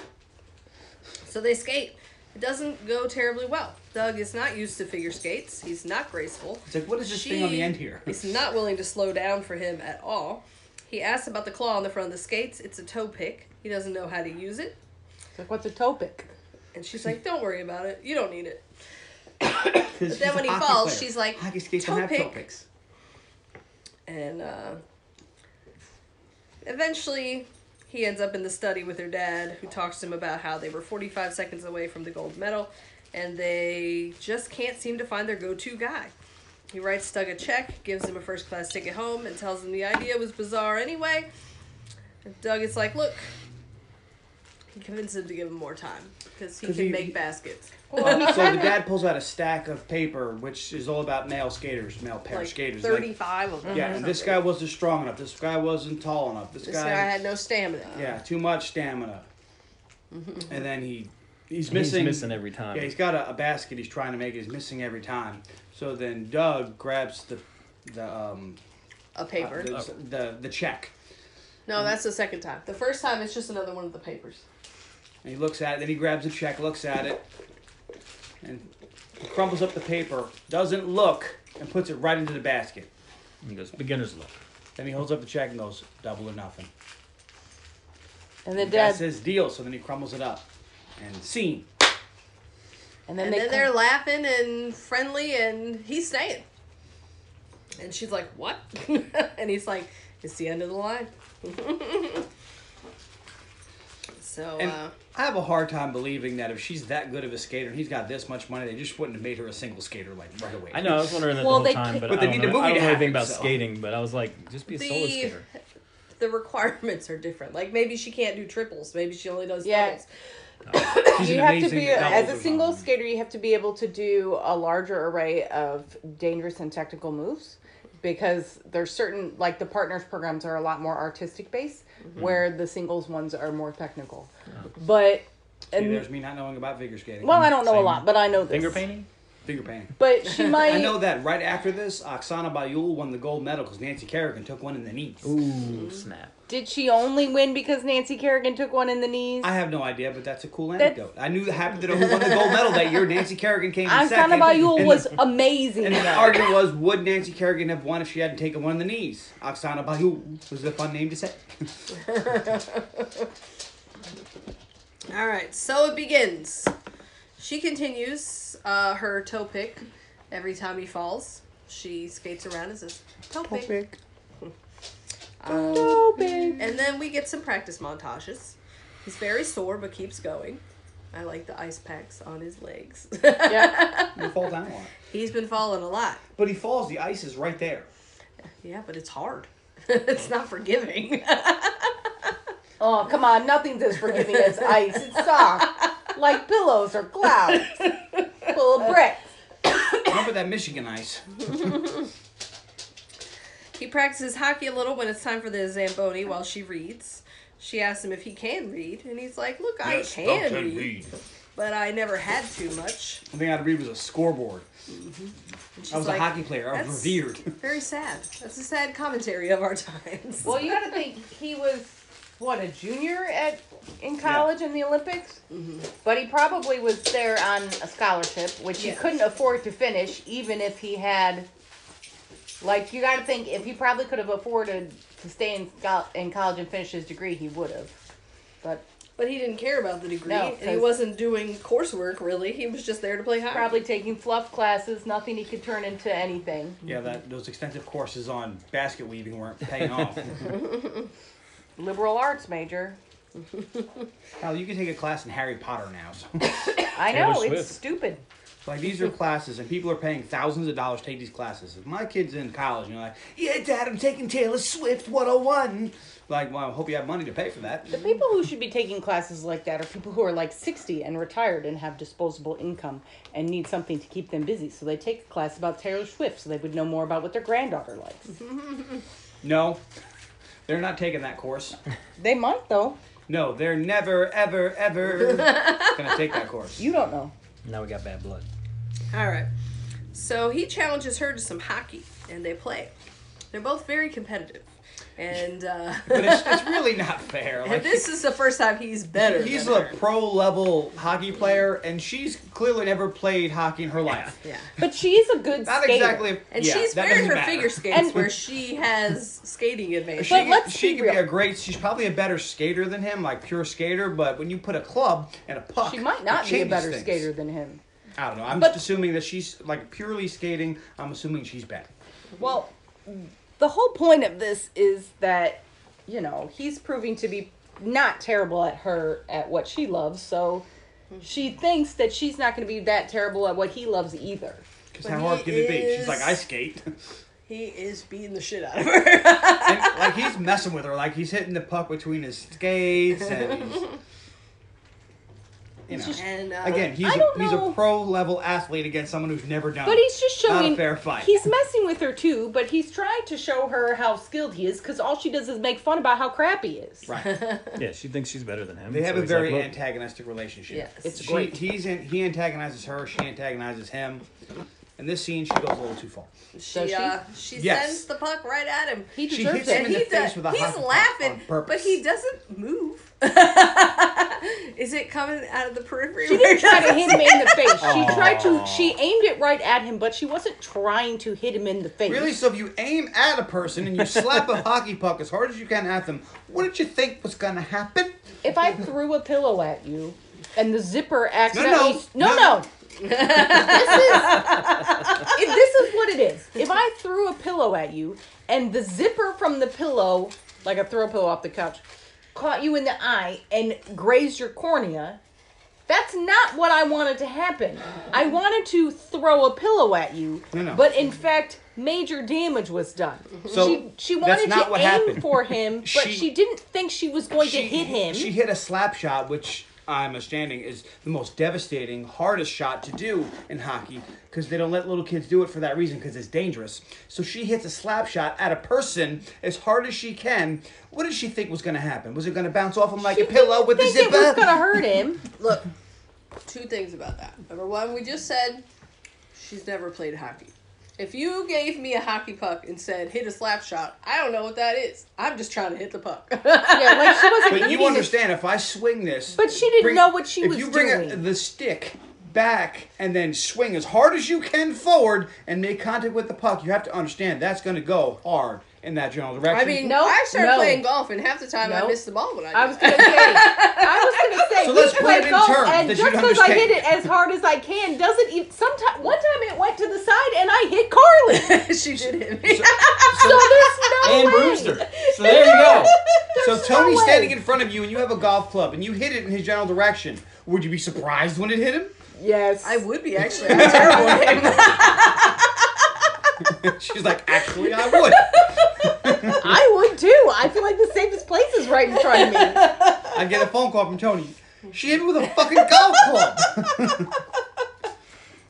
so they skate. It doesn't go terribly well. Doug is not used to figure skates. He's not graceful.
It's like what is this thing on the end here?
He's not willing to slow down for him at all. He asks about the claw on the front of the skates. It's a toe pick. He doesn't know how to use it.
It's like what's a topic?
And she's like, don't worry about it. You don't need it.
But
then when he falls, she's like,
hockey skates
"Toe
don't have toe
pick."
picks.
And uh, eventually, he ends up in the study with her dad, who talks to him about how they were 45 seconds away from the gold medal and they just can't seem to find their go to guy. He writes Doug a check, gives him a first class ticket home, and tells him the idea was bizarre anyway. And Doug is like, Look, he convinces him to give him more time because he
'Cause
can
he-
make baskets.
so the dad pulls out a stack of paper, which is all about male skaters, male pair
Like
skaters.
35 of them.
Like, yeah, and this guy wasn't strong enough. This guy wasn't tall enough. This,
This
guy,
guy had no Mm-hmm. stamina.
yeah, too much stamina. And then he, he's
He's
missing.
missing every time.
Yeah, he's got a, a basket. He's trying to make. He's missing every time. So then Doug grabs the, the um,
A paper.
the, the the check,
No, that's the second time. The first time, it's just another one of the papers.
and he looks at it. Then he grabs the check, looks at it, and crumbles up the paper. Doesn't look and puts it right into the basket.
He goes, beginner's luck.
Then he holds up the check and goes, double or nothing.
And the
That's
dad,
his deal. So then he crumbles it up. And scene.
and then
And
they
then they're laughing and friendly, and he's staying. And she's like, "What?" and he's like, "It's the end of the line." so
And
uh,
I have a hard time believing that if she's that good of a skater and he's got this much money, they just wouldn't have made her a single skater like right away.
I know. I was wondering that
Well,
the
they
whole time,
ca-
but,
But
I
they
don't,
need
know,
the movie
I don't
to
know anything
happen,
about
so.
skating. But I was like, just be a solo
The-
skater.
the requirements are different. Like maybe she can't do triples. Maybe she only does
Yeah.
doubles.
She's
you
an
have to
amazing
be
doubles
as
or
a single
something.
skater you have to be able to do a larger array of dangerous and technical moves because there's certain like the partners programs are a lot more artistic based,
Mm-hmm.
where the singles ones are more technical. But
Oh. See,
and
there's me not knowing about figure skating.
well, I don't know a
Same.
lot, but I know this.
Finger painting?
figure painting.
But she might.
I know that right after this, Oksana Bayul won the gold medal because Nancy Kerrigan took one in the knees.
Ooh, snap.
Did she only win because Nancy Kerrigan took one in the knees?
I have no idea, but that's a cool
That's-
anecdote. I knew that happened to know who won the gold medal that year. Nancy Kerrigan came in
I'm
second.
kind of Bayul
and
was
The,
amazing.
and the argument was, would Nancy Kerrigan have won if she hadn't taken one in the knees? Oksana Bayul was a fun name to say.
All right, so it begins. She continues uh, her toe pick every time he falls. She skates around as a toe pick. Um, and then we get some practice montages. He's very sore but keeps going. I like the ice packs on his legs.
Yeah.
He falls down a lot.
He's been falling a lot.
But he falls, the ice is right there.
Yeah, but it's hard. it's not forgiving.
Oh, come on. Nothing's as forgiving as ice. It's soft. Like pillows or clouds. Full of bricks.
Remember that Michigan ice?
He practices hockey a little when it's time for the Zamboni while she reads. She asks him if he can read, and he's like, Look, I can, read, but I never had too much.
The thing I'd read was a scoreboard.
And she's
I was
like,
a hockey player. I was
"That's
revered.
Very sad. That's a sad commentary of our times.
Well, you got to think he was what a junior at in college in the Olympics, but he probably was there on a scholarship, which
Yeah.
he couldn't afford to finish, even if he had. Like you got to think, if he probably could have afforded to stay in scho- in college and finish his degree, he would have. But
But he didn't care about the degree,
No,
and he
'cause-
wasn't doing coursework really. He was just there to play hockey.
probably taking fluff classes, nothing he could turn into anything.
Yeah, that those extensive courses on basket weaving weren't paying off.
Liberal arts major.
Hell, you can take a class in Harry Potter now. So.
I
Taylor
know it's
Swift.
stupid.
Like these are classes, and people are paying thousands of dollars to take these classes. If my kid's in college, and you're like, "Yeah, Dad, I'm taking Taylor Swift 101." Like, well, I hope you have money to pay for that.
The people who should be taking classes like that are people who are like 60 and retired and have disposable income and need something to keep them busy. So they take a class about Taylor Swift so they would know more about what their granddaughter likes.
No, they're not taking that course.
they might, though.
No, they're never, ever, ever gonna take that course.
You don't know.
Now we got bad blood.
All right. So he challenges her to some hockey, and they play. They're both very competitive, and uh,
but it's, it's really not fair. Like,
and this is the first time he's better.
He's
than
a
her.
pro level hockey player, and she's clearly never played hockey in her life.
yeah.
But she's a good
Not
skater.
exactly.
And
yeah,
she's
that
wearing
doesn't
her
matter.
figure skates
And-
where she has skating advantage.
She,
But let's
she
be
could be
real.
a great. She's probably a better skater than him, like pure skater. But when you put a club and a puck,
She might not
it
be a
changes
better
things.
skater than him.
I don't know. I'm
But-
just assuming that she's like purely skating. I'm assuming she's better.
Well, the whole point of this is that, you know, he's proving to be not terrible at her, at what she loves. So she thinks that she's not going to be that terrible at what he loves either.
Because
But
how
he
hard could it be? She's
is-
like, I skate.
He is beating the shit out of her.
and, like he's messing with her. Like he's hitting the puck between his skates and. He's, you know.
and uh,
Again, he's
I
a,
don't
he's a
know.
pro level athlete against someone who's never done
But
it.
he's just
Not a
showing.
fair fight.
He's messing with her too, but he's trying to show her how skilled he is because all she does is make fun about how crap he is.
Right.
Yeah, she thinks she's better than him.
They have
so
a
he's like,
very
"Look,
antagonistic relationship.
Yes. It's
she,
great.
He's in, he antagonizes her. She antagonizes him. In this scene, she goes a little too far.
Does
she
she?
uh, she
Yes.
sends the puck right at him.
He
She
deserves
hits him
it.
and
in the
he
face
does,
with a hockey
he's
puck on
laughing,
purpose.
but he doesn't move. Is it coming out of the periphery?
She didn't try to hit him in the face. She tried to. She aimed it right at him, but she wasn't trying to hit him in the face.
Really? So if you aim at a person and you slap a hockey puck as hard as you can at them, what did you think was going to happen?
If I threw a pillow at you, and the zipper accidentally
no,
no,
no.
no. this is if this is what it is. If I threw a pillow at you, and the zipper from the pillow, like I throw a pillow off the couch, caught you in the eye and grazed your cornea. That's not what I wanted to happen. I wanted to throw a pillow at you,
no.
but in fact, major damage was done.
So,
she, she
that's
wanted
not
to
what
aim
happened.
for him, but
She-
she, didn't think she was going to hit him.
She hit a slap shot, which I'm standing is the most devastating, hardest shot to do in hockey because they don't let little kids do it for that reason because it's dangerous. So she hits a slap shot at a person as hard as she can. What did she think was going to happen? Was it going to bounce off him like a pillow with the
think it was
zipper?
gonna hurt him.
Look, two things about that. Number one, we just said she's never played hockey. If you gave me a hockey puck and said hit a slap shot, I don't know what that is. I'm just trying to hit the puck.
yeah, like she wasn't.
But
hitting
you
it.
understand if I swing this.
But she didn't know what she
if
was
you bring a-
doing.
the stick back and then swing as hard as you can forward and make contact with the puck, you have to understand that's going to go hard in that general direction.
I mean,
Nope,
I started
no.
playing golf, and half the time I
Nope.
missed the ball when I.
I
did
was
that.
gonna say. I was gonna say.
So
we
let's put
play
it in
golf,
terms
and
that you
just
don't
because I
understand.
hit it as hard as I can doesn't even. Sometimes one time it went to the side and I hit Carly.
she did hit me.
So there's no
and
way.
Brewster. So there you go.
so
there's
Tony's
no way.
standing in front of you and you have a golf club and you hit it in his general direction. Would you be surprised when it hit him?
Yes.
I would be actually. I'm terrible at him.
She's like, actually, I would.
I would too. I feel like the safest place is right in front of me.
I get a phone call from Tony. She hit me with a fucking golf club.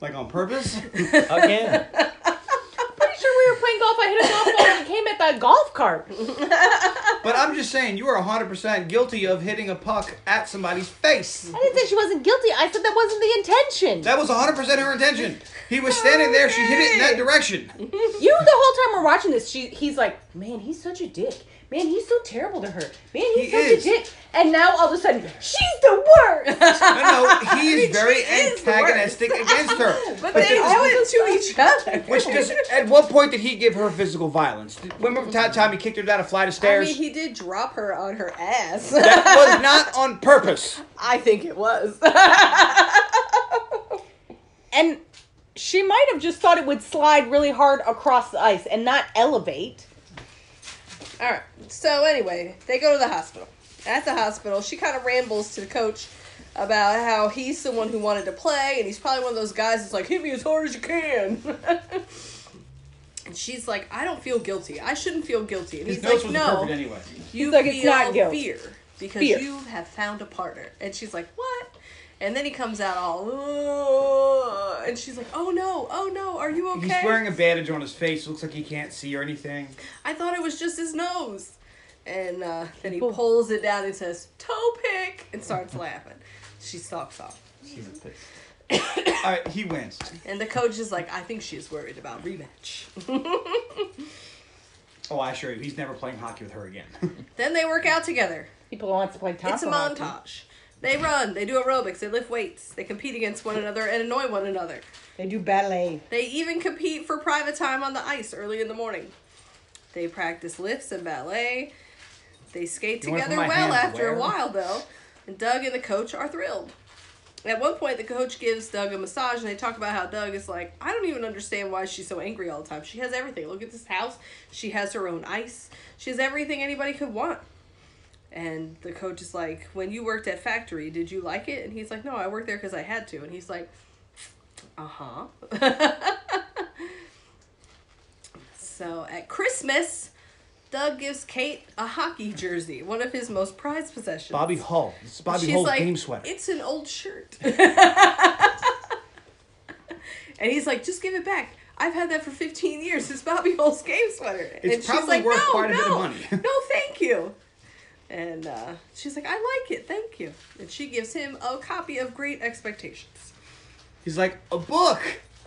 like on purpose?
Again.
Pretty sure we were playing golf. I hit a golf ball and it came at the golf cart.
But I'm just saying, you are 100% guilty of hitting a puck at somebody's face.
I didn't say she wasn't guilty. I said that wasn't the intention.
That was 100% her intention. He was standing there, she hit it in that direction.
You the whole time we're watching this, she he's like, man, he's such a dick. Man, he's so terrible to her. Man, he's
He
such
is.
a dick. And now all of a sudden, she's the worst.
No, no, he is very
is the
antagonistic against her.
But they do it to each other.
Which just, at what point did he give her physical violence? Did- Remember that time he kicked her down a flight of
I
stairs?
mean, he did drop her on her ass.
that was not on purpose.
I think it was.
and she might have just thought it would slide really hard across the ice and not elevate.
All right. So anyway, they go to the hospital. At the hospital, she kind of rambles to the coach about how he's the one who wanted to play, and he's probably one of those guys that's like, "Hit me as hard as you can." and she's like, "I don't feel guilty. I shouldn't feel guilty." And he's like, "No,
anyway.
you
He's like,
feel
"It's not guilt."
fear because
Fear.
you have found a partner." And she's like, "What?" And then he comes out all, "Ugh," and she's like, "Oh no, oh no, are you okay?"
He's wearing a bandage on his face. Looks like he can't see or anything.
I thought it was just his nose. And uh, then he pulls it down and says, toe pick, and starts laughing. She stalks off.
She's a piss.
All right, he wins.
And the coach is like, I think she's worried about rematch.
Oh, I assure you, he's never playing hockey with her again.
then they work out together.
People want to play top.
It's a montage. They run, they do aerobics, they lift weights, they compete against one another and annoy one another.
They do ballet.
They even compete for private time on the ice early in the morning. They practice lifts and ballet. They skate
You wanna put my
together well
hands
after
where?
a while, though, and Doug and the coach are thrilled. At one point, the coach gives Doug a massage, and they talk about how Doug is like, I don't even understand why she's so angry all the time. She has everything. Look at this house. She has her own ice. She has everything anybody could want. And the coach is like, When you worked at factory, did you like it? And he's like, No, I worked there because I had to. And he's like, Uh huh. so at Christmas, Doug gives Kate a hockey jersey, one of his most prized possessions.
Bobby Hull. This is Bobby
She's
Hull's
like,
game sweater.
It's an old shirt. and he's like, just give it back. I've had that for 15 years. It's Bobby Hull's game sweater.
It's
and
probably worth quite a bit of money."
no, thank you. And uh, she's like, I like it. Thank you. And she gives him a copy of Great Expectations.
He's like, a book.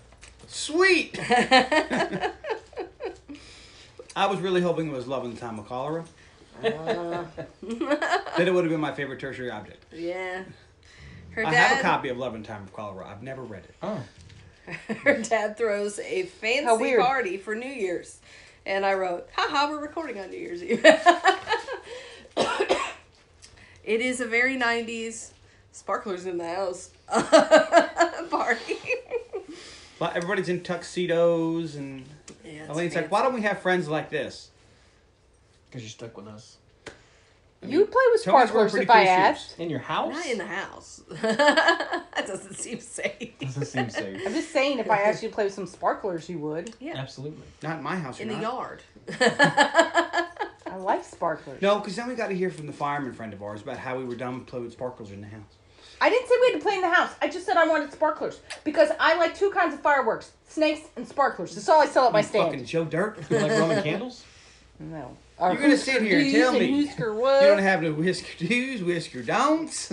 Sweet. I was really hoping it was Love in the Time of Cholera. then it would have been my favorite tertiary object.
Yeah. Her
I
dad,
have a copy of Love in the Time of Cholera. I've never read it.
Oh.
Her dad throws a
How
fancy
weird.
party for New Year's. And I wrote, haha, we're recording on New Year's Eve. it is a very 90s sparklers in the house party.
Well, everybody's in tuxedos, and
Yeah, it's
Elaine's
fancy.
like, why don't we have friends like this?
Because you're stuck with us.
You'd play with
Tony's wearing
sparklers
pretty
if
cool
I
shoes.
asked.
In your house?
Not in the house. that doesn't seem safe.
Doesn't seem safe.
I'm just saying, if I asked you to play with some sparklers, you would.
Yeah,
Absolutely.
Not in my house.
in
you're
the
not.
yard.
I like sparklers.
No, because then we got to hear from the fireman friend of ours about how we were dumb playing with sparklers in the house.
I didn't say we had to play in the house. I just said I wanted sparklers because I like two kinds of fireworks: snakes and sparklers. That's all I sell at my stand.
Fucking Joe Dirt. You like Roman candles?
no.
You're gonna sit here and tell me you
Husker
don't have to whisk your do's, whisk your don'ts.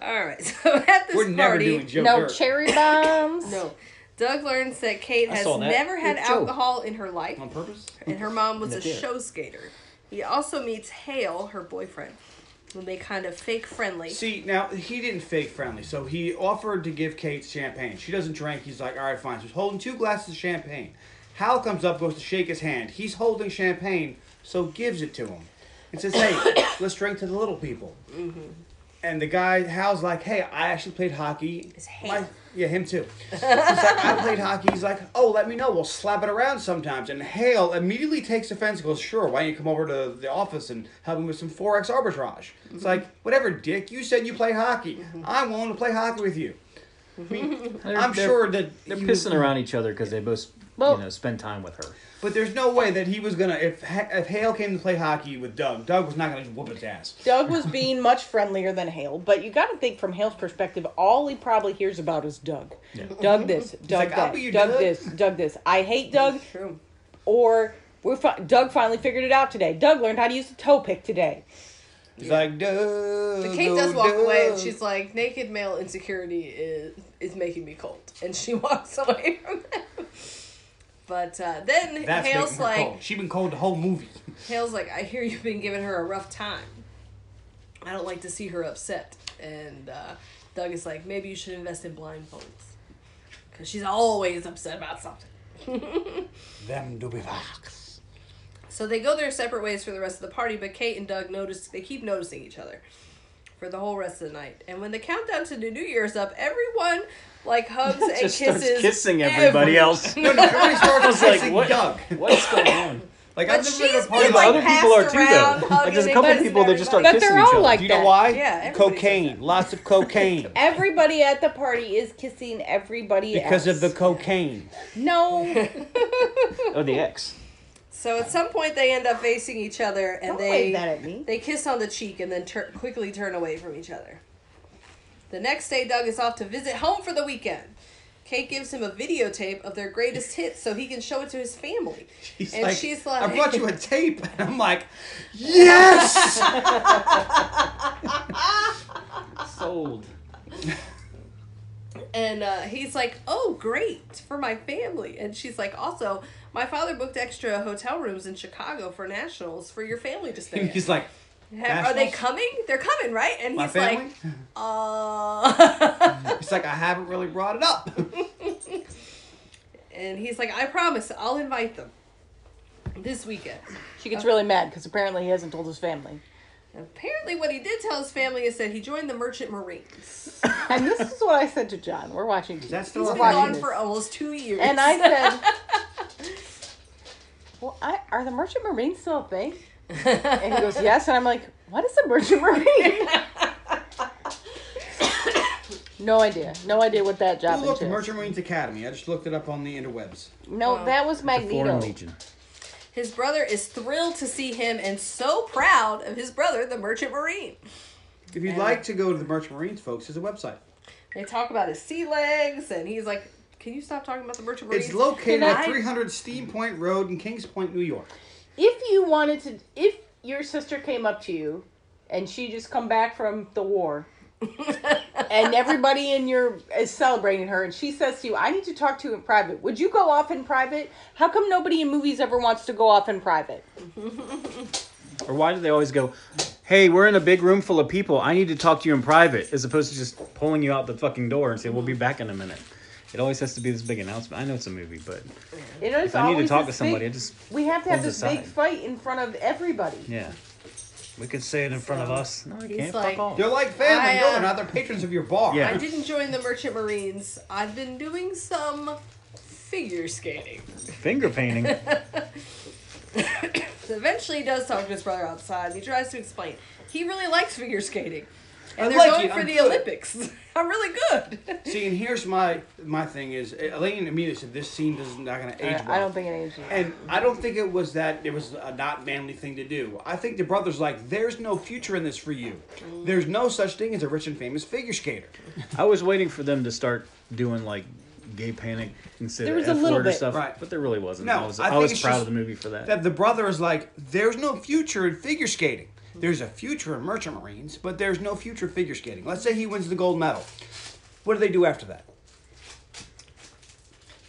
All right. So at this
We're
party,
never doing Joe
no
Dirt.
cherry bombs.
no. Doug learns that Kate
I
has
saw that.
never had
Good joke.
alcohol in her life,
on purpose.
and her mom was
In
a
the theater.
show skater. He also meets Hale, her boyfriend, when they kind of fake friendly.
See, now he didn't fake friendly, so he offered to give Kate champagne. She doesn't drink. He's like, all right, fine. She's holding two glasses of champagne. Hal comes up, goes to shake his hand. He's holding champagne, so gives it to him and says, hey, let's drink to the little people. And the guy, Hal's like, hey, I actually played hockey.
It's him.
yeah, him too. He's like, I played hockey. He's like, oh, let me know. We'll slap it around sometimes. And Hale immediately takes offense and goes, sure, why don't you come over to the office and help me with some Forex arbitrage? It's like, whatever, dick. You said you play hockey. I'm willing to play hockey with you. I mean,
They're-
I'm
they're-
sure that
They're
he was-
pissing around each other because they both,
Well-
you know, spend time with her.
But there's no way that he was gonna. If Ha- if Hale came to play hockey with Doug, Doug was not gonna whoop his ass.
Doug was being much friendlier than Hale, but you got to think from Hale's perspective, all he probably hears about is Doug. Doug this, Doug
like, "I'll
that,
be your
Doug,
Doug."
this, Doug this. I hate Doug,
True.
or we're fi- Doug finally figured it out today. Doug learned how to use the toe pick today.
He's like Doug.
But Kate does walk away, and
Doug."
she's like, "Naked male insecurity is is making me cold," and she walks away from them. But uh, then
That's
Hale's
making her
like,
cold. She's been cold the whole movie.
Hale's like, I hear you've been giving her a rough time. I don't like to see her upset. And uh, Doug is like, maybe you should invest in blindfolds. Because she's always upset about something.
Them do be fox.
So they go their separate ways for the rest of the party, but Kate and Doug notice they keep noticing each other for the whole rest of the night. And when the countdown to the New Year's up, everyone like hugs and
Just starts
kisses
kissing everybody
every-
else.
No, no, everybody starts
was like,
kissing
what?
Doug.
What's going on?
Like
But
I've never been
she's
to a party
been,
like,
like,
Other people are too
around,
though. Like there's a couple
hugging
people that just start
But
kissing
they're
each
all
other.
like
Do you
that.
know why?
Yeah, everybody says
cocaine. Lots of cocaine.
Everybody at the party is kissing everybody
Because
else.
of the cocaine.
no.
Oh, the ex.
So at some point they end up facing each other and
Don't
they
wave that at me.
They kiss on the cheek and then tur- quickly turn away from each other. The next day, Doug is off to visit home for the weekend. Kate gives him a videotape of their greatest hits so he can show it to his family.
He's
and she's like,
I brought you a tape. And I'm like, yes!
Sold.
and uh, he's like, oh, great for my family. And she's like, also, my father booked extra hotel rooms in Chicago for nationals for your family to stay. in."
He's like,
Ha- Are they
"Nationals?
coming? They're coming, right? And
my
he's
family?
like, uh.
He's like, I haven't really brought it up.
and he's like, I promise, I'll invite them this weekend.
She gets really mad because apparently he hasn't told his family.
Apparently, what he did tell his family is that he joined the Merchant Marines.
And this is what I said to John. We're watching.
That's still
He's
on
been
watching
gone
Friday?
this.
for almost two years.
And I said, "Well, I, are the Merchant Marines still a thing?" And he goes, "Yes." And I'm like, "What is a Merchant Marine?" no idea. No idea what that job
Oh, look,
is.
the Merchant Marines Academy. I just looked it up on the interwebs.
No,
Wow.
that was
The Foreign
Magneto.
Legion.
his brother is thrilled to see him and so proud of his brother, the Merchant Marine.
If you'd like to go to the Merchant Marines, folks, there's a website.
They talk about his sea legs, and he's like, "Can you stop talking about the Merchant Marines?"
It's located
Can
at
I-
300 Steam Point Road in Kings Point, New York.
If you wanted to, if your sister came up to you, and she just come back from the war. and everybody in your is celebrating her and she says to you i need to talk to you in private would you go off in private how come nobody in movies ever wants to go off in private
Or why do they always go, hey, we're in a big room full of people. I need to talk to you in private, as opposed to just pulling you out the fucking door and saying, we'll be back in a minute. It always has to be this big announcement. I know it's a movie, but
It is
if I need to
always
talk to
this
somebody, I
big-
just,
we have to have
hold
this
aside.
big fight in front of everybody.
yeah. We could say it in front of us. No, we
he's
can't.
like-
Fuck off.
They're like family.
I,
no,
uh,
they're not. They're patrons of your bar.
Yeah.
I didn't join the Merchant Marines. I've been doing some figure skating.
Finger painting.
So eventually, he does talk to his brother outside, and he tries to explain he really likes figure skating. And they're
like
going
it.
for
I'm
the
good.
Olympics. I'm really good.
See, and here's my my thing is uh, Elaine immediately said this scene is not going to age well.
I don't think it ages.
And I don't think it was that it was a not manly thing to do. I think the brother's like, there's no future in this for you. There's no such thing as a rich and famous figure skater.
I was waiting for them to start doing like gay panic instead
There was a
of F
little
word or
bit.
stuff,
Right.
but there really wasn't.
No,
I was,
I
I
think
was
it's
proud
just
of the movie for that.
That the brother is like, there's no future in figure skating. There's a future in merchant marines, but there's no future in figure skating. Let's say he wins the gold medal. What do they do after that?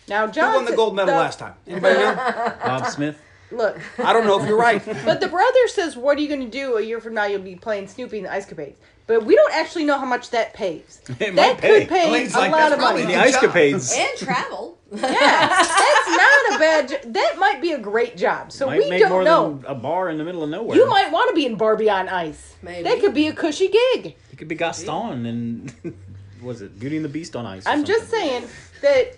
now
Who
John
won the gold medal last time? Anybody know?
Bob Smith.
Look,
I don't know if you're right.
but the brother says, "What are you going to do a year from now? You'll be playing Snoopy in the Ice Capades." But we don't actually know how much that pays. that
might
could
pay.
pay
Elaine's
a
like,
lot
"That's
of money.
probably
The
Good
Ice
job.
Capades.
and travel.
Yeah, that's not a bad. Jo- that might be a great job. So
Might
we
make
don't
more
know.
than a bar in the middle of nowhere.
You might want to be in Barbie on Ice.
Maybe.
that could be a cushy gig.
It could be Gaston and was it Beauty and the Beast on ice? or
I'm just
something.
saying that.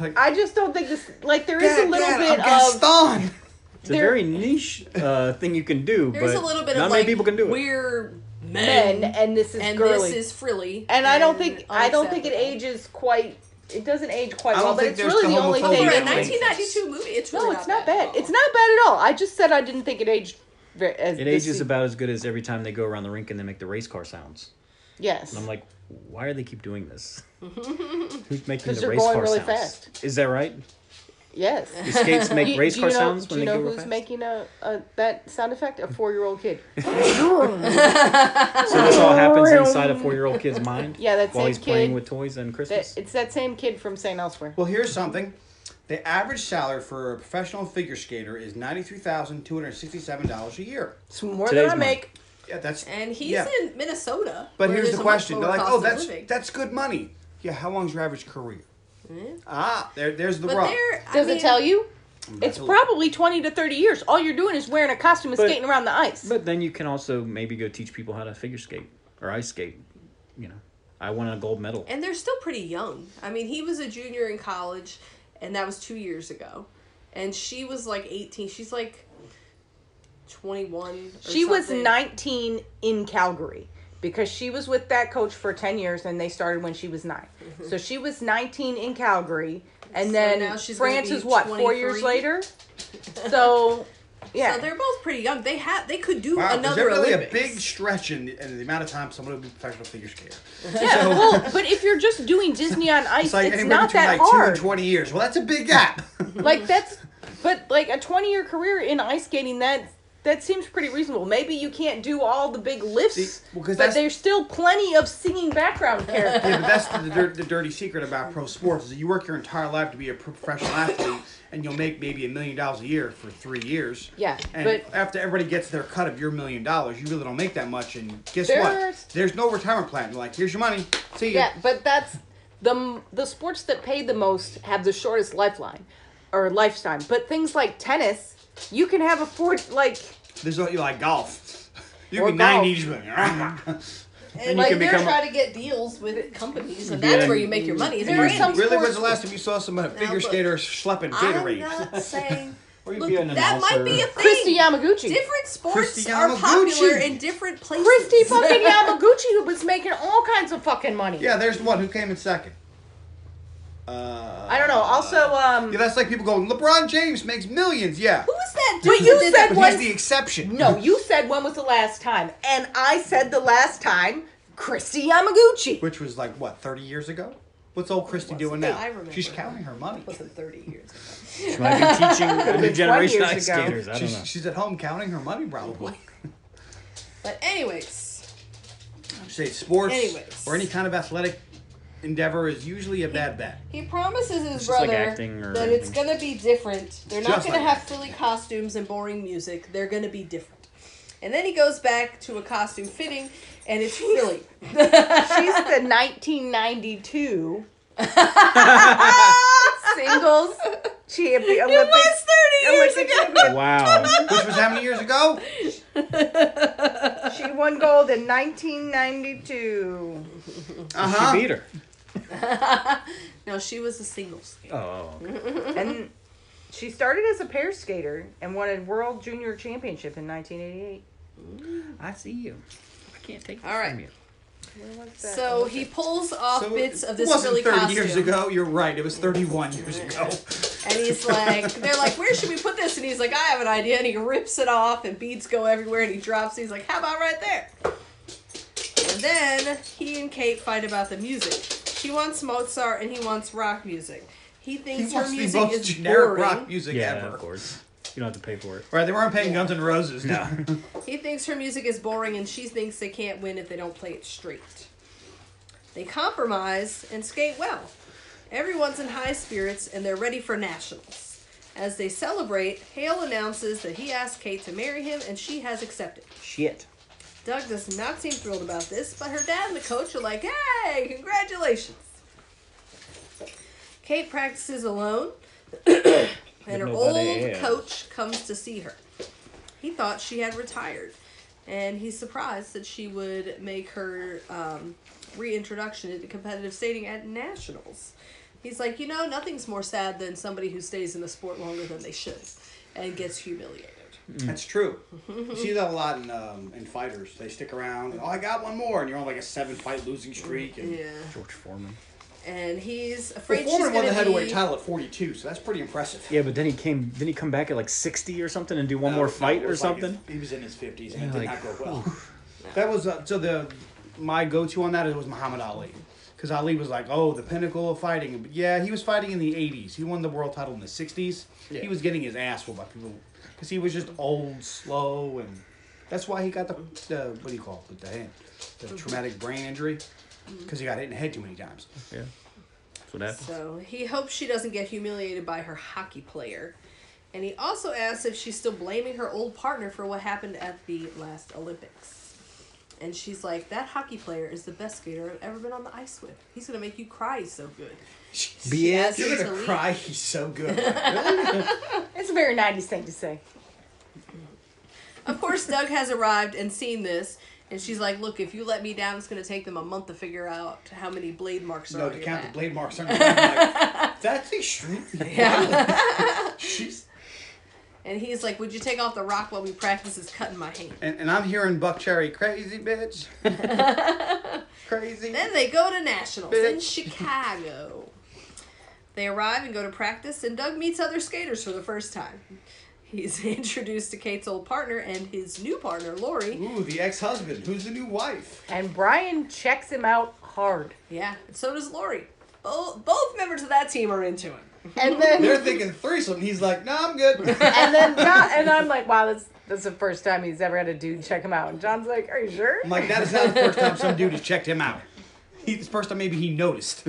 Like-
I just don't think this. Like there is
Dad,
a little
Dad,
bit
I'm
of.
Gaston.
it's a
there-
very niche uh, thing you can do.
There's
but
a little bit
not
of
many
like
people can do it.
we're men,
men and this is
and
girly.
this is frilly.
and I don't think
and
I don't think it
unacceptable.
ages quite. It doesn't age quite
I don't
well, but
think
it's
there's
really
the
the only
homophobia
thing.
For a
ages.
that-
1992 movie, it's really
No, it's not
bad.
bad. It's not bad at all. I just said I didn't think it aged. ver- As
It
this e-,
ages
is-
about as good as every time they go around the rink and they make the race car sounds.
Yes.
I'm like, why do they keep doing this? Who's making
'Cause
the
they're
race
going
car
really
sounds?
fast.
Is that right?
yes.
Do skates make
Do-
race
do
car
you know,
sounds
do
when
you
they
know
go real
who's
fast?
making a, a that sound effect? A four-year-old kid.
So this all happens inside a four-year-old kid's mind.
Yeah, that
while
same
he's playing
kid
with toys and Christmas.
That, it's that same kid from St. Elsewhere.
Well, here's something. The average salary for a professional figure skater is $93,267 a year.
It's more
Today's
than I
money.
make.
Yeah, that's
And he's
yeah.
in Minnesota.
But
where
here's
there's
the
a much
question: They're
lower
like,
cost
"Oh,
of
that's
living."
that's good money." Yeah, how long's your average career? Ah, there, there's the
But
rub.
there, I
Does
mean,
it tell you? It's
Absolutely.
probably twenty to thirty years. All you're doing is wearing a costume and
But-
skating around the ice.
But then you can also maybe go teach people how to figure skate or ice skate. You know, I won a gold medal.
And they're still pretty young. I mean, he was a junior in college, and that was two years ago. And she was like 18. She's like 21. Or
she was
something.
nineteen in Calgary because she was with that coach for ten years, and they started when she was 9 So she was nineteen in Calgary, and
Mm-hmm. So now
then
she's gonna
France
be
is what four
23?
years later. So, yeah.
So they're both pretty young. They have they could do
Wow, is
another
there really
Olympics.
a big stretch in the, in the amount of time someone would be a professional figure skater?
yeah, well, but if you're just doing Disney on ice,
It's
it's,
like anywhere
not
between
that
like two
hard.
and twenty years. Well, that's a big gap.
like that's but like a 20 year career in ice skating that that seems pretty reasonable maybe you can't do all the big lifts
See, well, 'cause
but
that's-
there's still plenty of singing background characters
yeah, but that's the, dir- the dirty secret about pro sports is that you work your entire life to be a professional athlete, and you'll make maybe a million dollars a year for three years.
Yeah,
and
but-
after everybody gets their cut of your million dollars, you really don't make that much. And guess
There's-
what? There's no retirement plan. Like, here's your money. See ya.
yeah but that's the the sports that pay the most have the shortest lifeline or lifetime but things like tennis you can have a four like
This is what you like golf. You
Or
can be
golf.
90s. but-
and
you
like
can
they're
become a-
trying to get deals with companies, and that's where you make your money. Is
There are
branding.
some-
really,
Sports-
when's the last time you saw some uh, figure
look,
skater schlepping
I'm
Gatorade?
not saying.
Or you'd
Look,
be an
that might be a
announcer.
thing.
christy yamaguchi
Different sports
Christy
are popular
Yamaguchi.
in different places.
christy fucking yamaguchi who was making all kinds of fucking money
Yeah, there's one who came in second. Uh,
i don't know also um
Yeah, that's like people going, LeBron James makes millions. Yeah.
Who is that dude?
But you
that did
said
that-
But
What?
he's the exception.
No, you said when was the last time, and I said the last time Christy Yamaguchi.
Which was like, what, 30 years ago? What's old Christy doing
Yeah,
now?
I remember.
She's counting her money.
wasn't 30 years ago.
She might be teaching a new generation of
years
ice
ago.
skaters. I don't know.
She's, she's at home counting her money, probably.
Oh But anyways,
Say sports
Anyways.
or any kind of athletic endeavor is usually a bad bet.
he promises his
just
brother
like acting or
that it's
anything.
gonna be different. They're not
Just
gonna
like
have silly costumes and boring music. They're gonna be different. And then he goes back to a costume fitting, and it's Philly.
She's the 1992 singles champion. Olympic,
Ah! was 30 years
Olympic
ago.
champion.
Wow.
Which was how many years ago?
She won gold in 1992.
Uh
She
Uh-huh.
huh.
beat her.
No, she was a single skater.
Oh, okay.
And she started as a pair skater and won a world junior championship in 1988.
I see you. I can't take
All right.
you.
So he pulls off
So
bits
it
of this
wasn't
really
30
costume,
years ago. You're right. It was 31 years ago.
and he's like, "They're like, where should we put this?" And he's like, "I have an idea." And he rips it off, and beads go everywhere, and he drops. it. He's like, "How about right there?" And then he and Kate fight about the music. She wants Mozart, and he wants rock music. He
He
thinks her
wants the
music
most
is
generic
boring.
rock music
yeah,
ever.
of course. You don't have to pay for it.
Right, they weren't paying Guns N' Roses. No.
He thinks her music is boring and she thinks they can't win if they don't play it straight. They compromise and skate well. Everyone's in high spirits and they're ready for nationals. As they celebrate, Hale announces that he asked Kate to marry him and she has accepted.
Shit.
Doug does not seem thrilled about this, but her dad and the coach are like, hey, congratulations. Kate practices alone, and
Nobody
her old
else.
coach comes to see her. He thought she had retired, and he's surprised that she would make her um, reintroduction into competitive skating at nationals. He's like, you know, nothing's more sad than somebody who stays in the sport longer than they should and gets humiliated.
That's true. you see that a lot in um, in fighters. They stick around. And, oh, I got one more, and you're on like a seven fight losing streak. And
Yeah.
George Foreman.
And he's
well,
afraid she's
Foreman won
gonna
the heavyweight
be...
title at 42, so that's pretty impressive.
Yeah, but then he came. Didn't he come back at like sixty or something and do one
No,
more
no,
fight
it
or
was like
something?
his- he was in his 50s, and it
Yeah,
did
like,
not go well. that was uh, so the my go to on that is was Muhammad Ali. Because Ali was like, oh, the pinnacle of fighting. But yeah, he was fighting in the 80s. He won the world title in the 60s. He was getting his ass whooped by people. Because he was just old, slow, and that's why he got the, the what do you call it, the hand, the traumatic brain injury. Because he got hit in the head too many times.
yeah. That's what happened.
So he hopes she doesn't get humiliated by her hockey player. And he also asks if she's still blaming her old partner for what happened at the last Olympics. And she's like, That hockey player is the best skater I've ever been on the ice with. He's going to make you cry he's so good. She asks
You're
him
going
to
to
leave.
cry. He's so good.
It's a very 90s thing to say.
Of course, Doug has arrived and seen this. And she's like, Look, if you let me down, it's going to take them a month to figure out how many blade marks are
No,
on
to
your
count the
back."
blade marks on your back. I'm like, That's extremely violent. She's-
And he's like, Would you take off the rock while we practice is cutting my hand?
and, and I'm hearing Buck Cherry, crazy bitch. crazy.
Then they go to nationals in
Bitch.
Chicago. They arrive and go to practice, and Doug meets other skaters for the first time. He's introduced to Kate's old partner and his new partner, Lori.
Ooh, the ex-husband. Who's the new wife?
And Brian checks him out hard.
Yeah, and so does Lori. Both, both members of that team are into him.
And then
They're thinking threesome. He's like, no, I'm good.
and then John, and I'm like, wow, that's that's the first time he's ever had a dude check him out. And John's like, are you sure?
I'm like, that is not the first time some dude has checked him out. He, it's the first time maybe he noticed.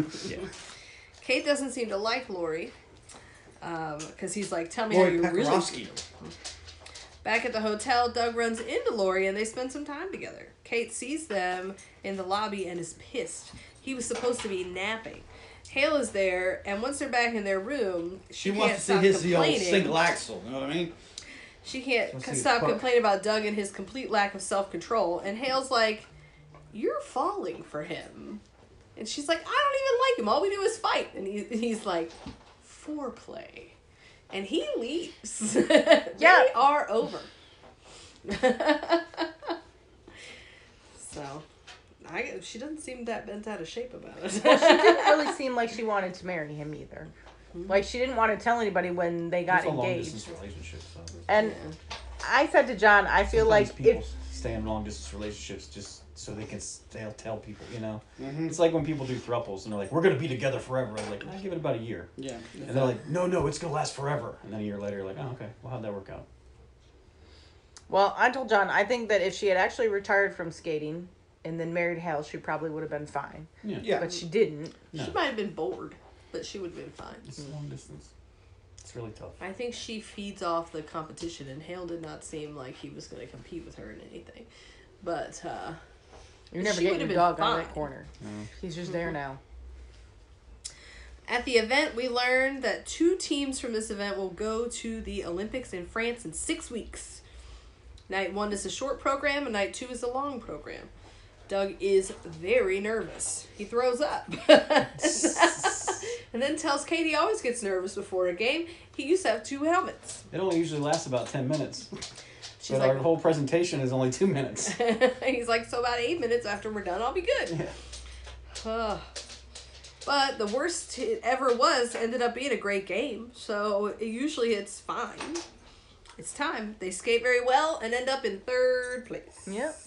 Kate doesn't seem to like Lori because he's like, Tell me
Lori
how you really
Pekarovsky.
feel. Back at the hotel, Doug runs into Lori and they spend some time together. Kate sees them in the lobby and is pissed. He was supposed to be napping. Hale is there, and once they're back in their room,
She
she, can't
wants to see
stop
his the old
complaining.
single axle. You know what I mean?
she can't
wants to see his
stop
puck.
complaining about Doug and his complete lack of self control. And Hale's like, "You're falling for him," and she's like, "I don't even like him. All we do is fight." And he, he's like, "Foreplay," and he leaves.
Yeah.
they are over. so, I she doesn't seem that bent out of shape about it.
She didn't really seem like she wanted to marry him either. Like she didn't want to tell anybody when they got
It's a long
engaged.
distance relationship. So
And I said to John, I feel
sometimes
like
people
if
stay in long distance relationships just so they can they'll tell people. You know, it's like when people do thruples and they're like, "We're gonna be together forever." I'm like, I give it about a year,
Yeah.
and they're like, "No, no, it's gonna last forever." And then a year later, you're like, "Oh, okay. Well, how'd that work out?"
well, I told John, I think that if she had actually retired from skating and then married Hale, she probably would have been fine.
Yeah.
Yeah.
But she didn't.
she might have been bored, but she would have been fine.
It's long distance. It's really tough.
I think she feeds off the competition, and Hale did not seem like he was going to compete with her in anything. But uh,
You're never
She
getting
would have
your
been
dog out of
fine.
that corner. He's just there now.
at the event, we learned that two teams from this event will go to the Olympics in France in six weeks. Night one is a short program, and night two is a long program. Doug is very nervous. He throws up. and then tells Kate he always gets nervous before a game. He used to have two helmets.
It only usually lasts about ten minutes.
She's
but our
like-
whole presentation is only two minutes.
He's like, so about eight minutes after we're done, I'll be good. Ugh. but the worst it ever was ended up being a great game. So usually it's fine. It's time. They skate very well and end up in third place.
Yep.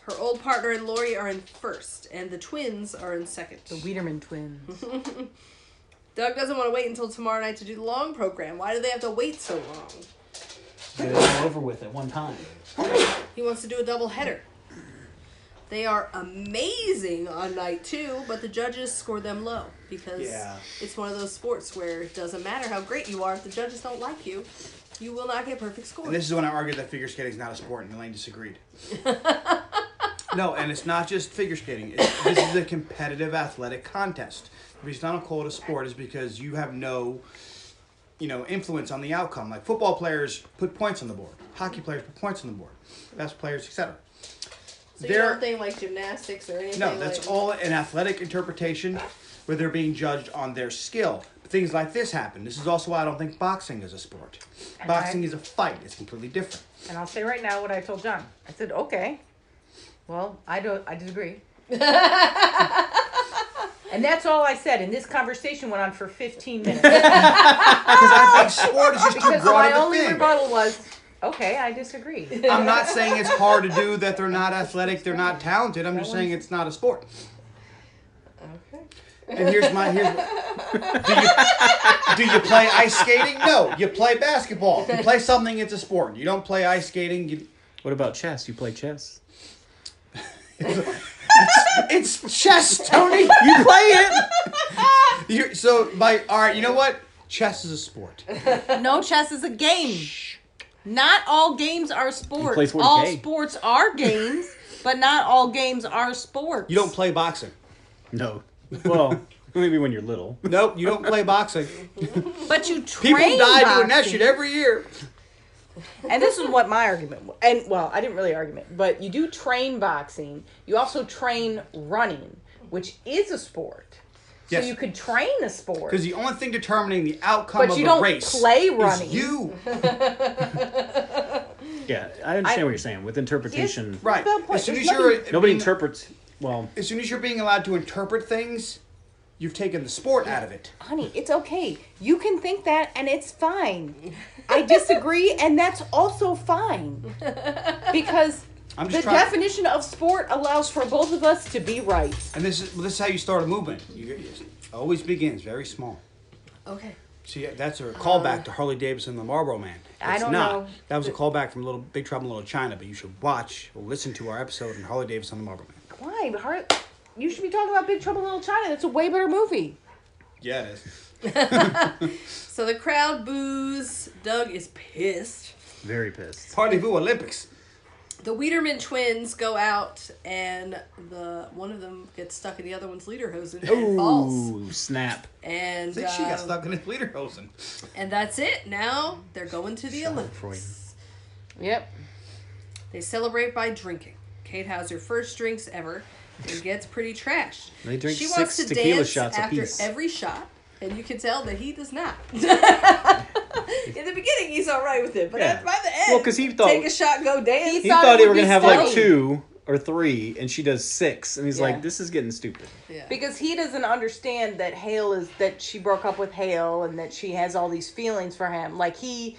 Her old partner and Lori are in first, and the twins are in second.
The Wiederman twins.
Doug doesn't want to wait until tomorrow night to do the long program. Why do they have to wait so long?
Get it all over with at one time.
He wants to do a double header. They are amazing on night two, but the judges score them low because
Yeah.
it's one of those sports where it doesn't matter how great you are if the judges don't like you, you will not get perfect
And
scores.
this is when I argued that figure skating is not a sport, and Elaine disagreed. no, and it's not just figure skating. It's, this is a competitive athletic contest. The reason I don't call it a sport is because you have no, you know, influence on the outcome. Like football players put points on the board, hockey players put points on the board, best players, etc.
So you don't think like gymnastics or anything.
No, that's
like,
all an athletic interpretation where they're being judged on their skill. But things like this happen. This is also why I don't think boxing is a sport. Boxing is a fight, it's completely different.
And I'll say right now what I told John. I said, okay. Well, I don't. I disagree. and that's all I said. And this conversation went on for 15 minutes.
Because I think sport is just too
Because my
broad of a
only
thing.
rebuttal was, okay, I disagree.
I'm not saying it's hard to do that they're not athletic, they're not talented. I'm just saying it's not a sport. And here's my here's do you, do you play ice skating? No, you play basketball. You play something, it's a sport. You don't play ice skating. You,
What about chess? You play chess?
it's chess, Tony. You play it. you so by all right. You know what? Chess is a sport.
No, chess is a game. Not all games are sports.
plays one
All
game.
sports are games, but not all games are sports.
You don't play boxing.
No. Well, maybe when you're little.
Nope. You don't play boxing.
But you train.
People die doing that
boxing.
shit every year.
and this is what my argument wa- and well i didn't really argument but you do train boxing you also train running which is a sport
Yes.
so you could train a sport
Because the only thing determining the outcome
but
of
you
the
don't
race
play running
is you.
Yeah, I understand what you're saying with interpretation.
Yes.
Right.
There's no point.
As soon as
There's
you're
nothing-
Nobody
being-
interprets. Well,
as soon as you're being allowed to interpret things, you've taken the sport out of it.
honey it's okay you can think that and it's fine i disagree and that's also fine because
I'm just
the
trying-
definition of sport allows for both of us to be right
And this is well, this is how you start a movement. You, it always begins very small.
Okay.
See, that's a callback to Harley Davidson and the Marlboro Man. It's
I don't
not.
know.
That was a callback from Little Big Trouble in Little China, but you should watch or listen to our episode on Harley Davidson and the Marlboro Man.
why Har- you should be talking about big trouble in little china that's a way better movie
Yeah, it is.
So the crowd boos. Doug is pissed.
very pissed.
Party Boo Olympics.
The Wiederman twins go out, and the one of them gets stuck in the other one's lederhosen and falls.
Ooh, snap.
And
I think she got
uh,
stuck in his lederhosen.
And that's it. Now they're going to the Olympics.
yep
They celebrate by drinking. Kate has her first drinks ever and gets pretty trashed.
They drink six tequila shots
after
apiece.
every shot, and you can tell that he does not. In the beginning, he's all right with it, but
Yeah.
by the end,
Well, 'cause he thought-
take a shot, go dance.
He
thought
thought,
it
they
would
were
be
gonna have like
silly.
two or three, and she does six, and he's
Yeah.
like, "This is getting stupid."
Yeah.
because he doesn't understand that Hale is that she broke up with Hale and that she has all these feelings for him. Like he,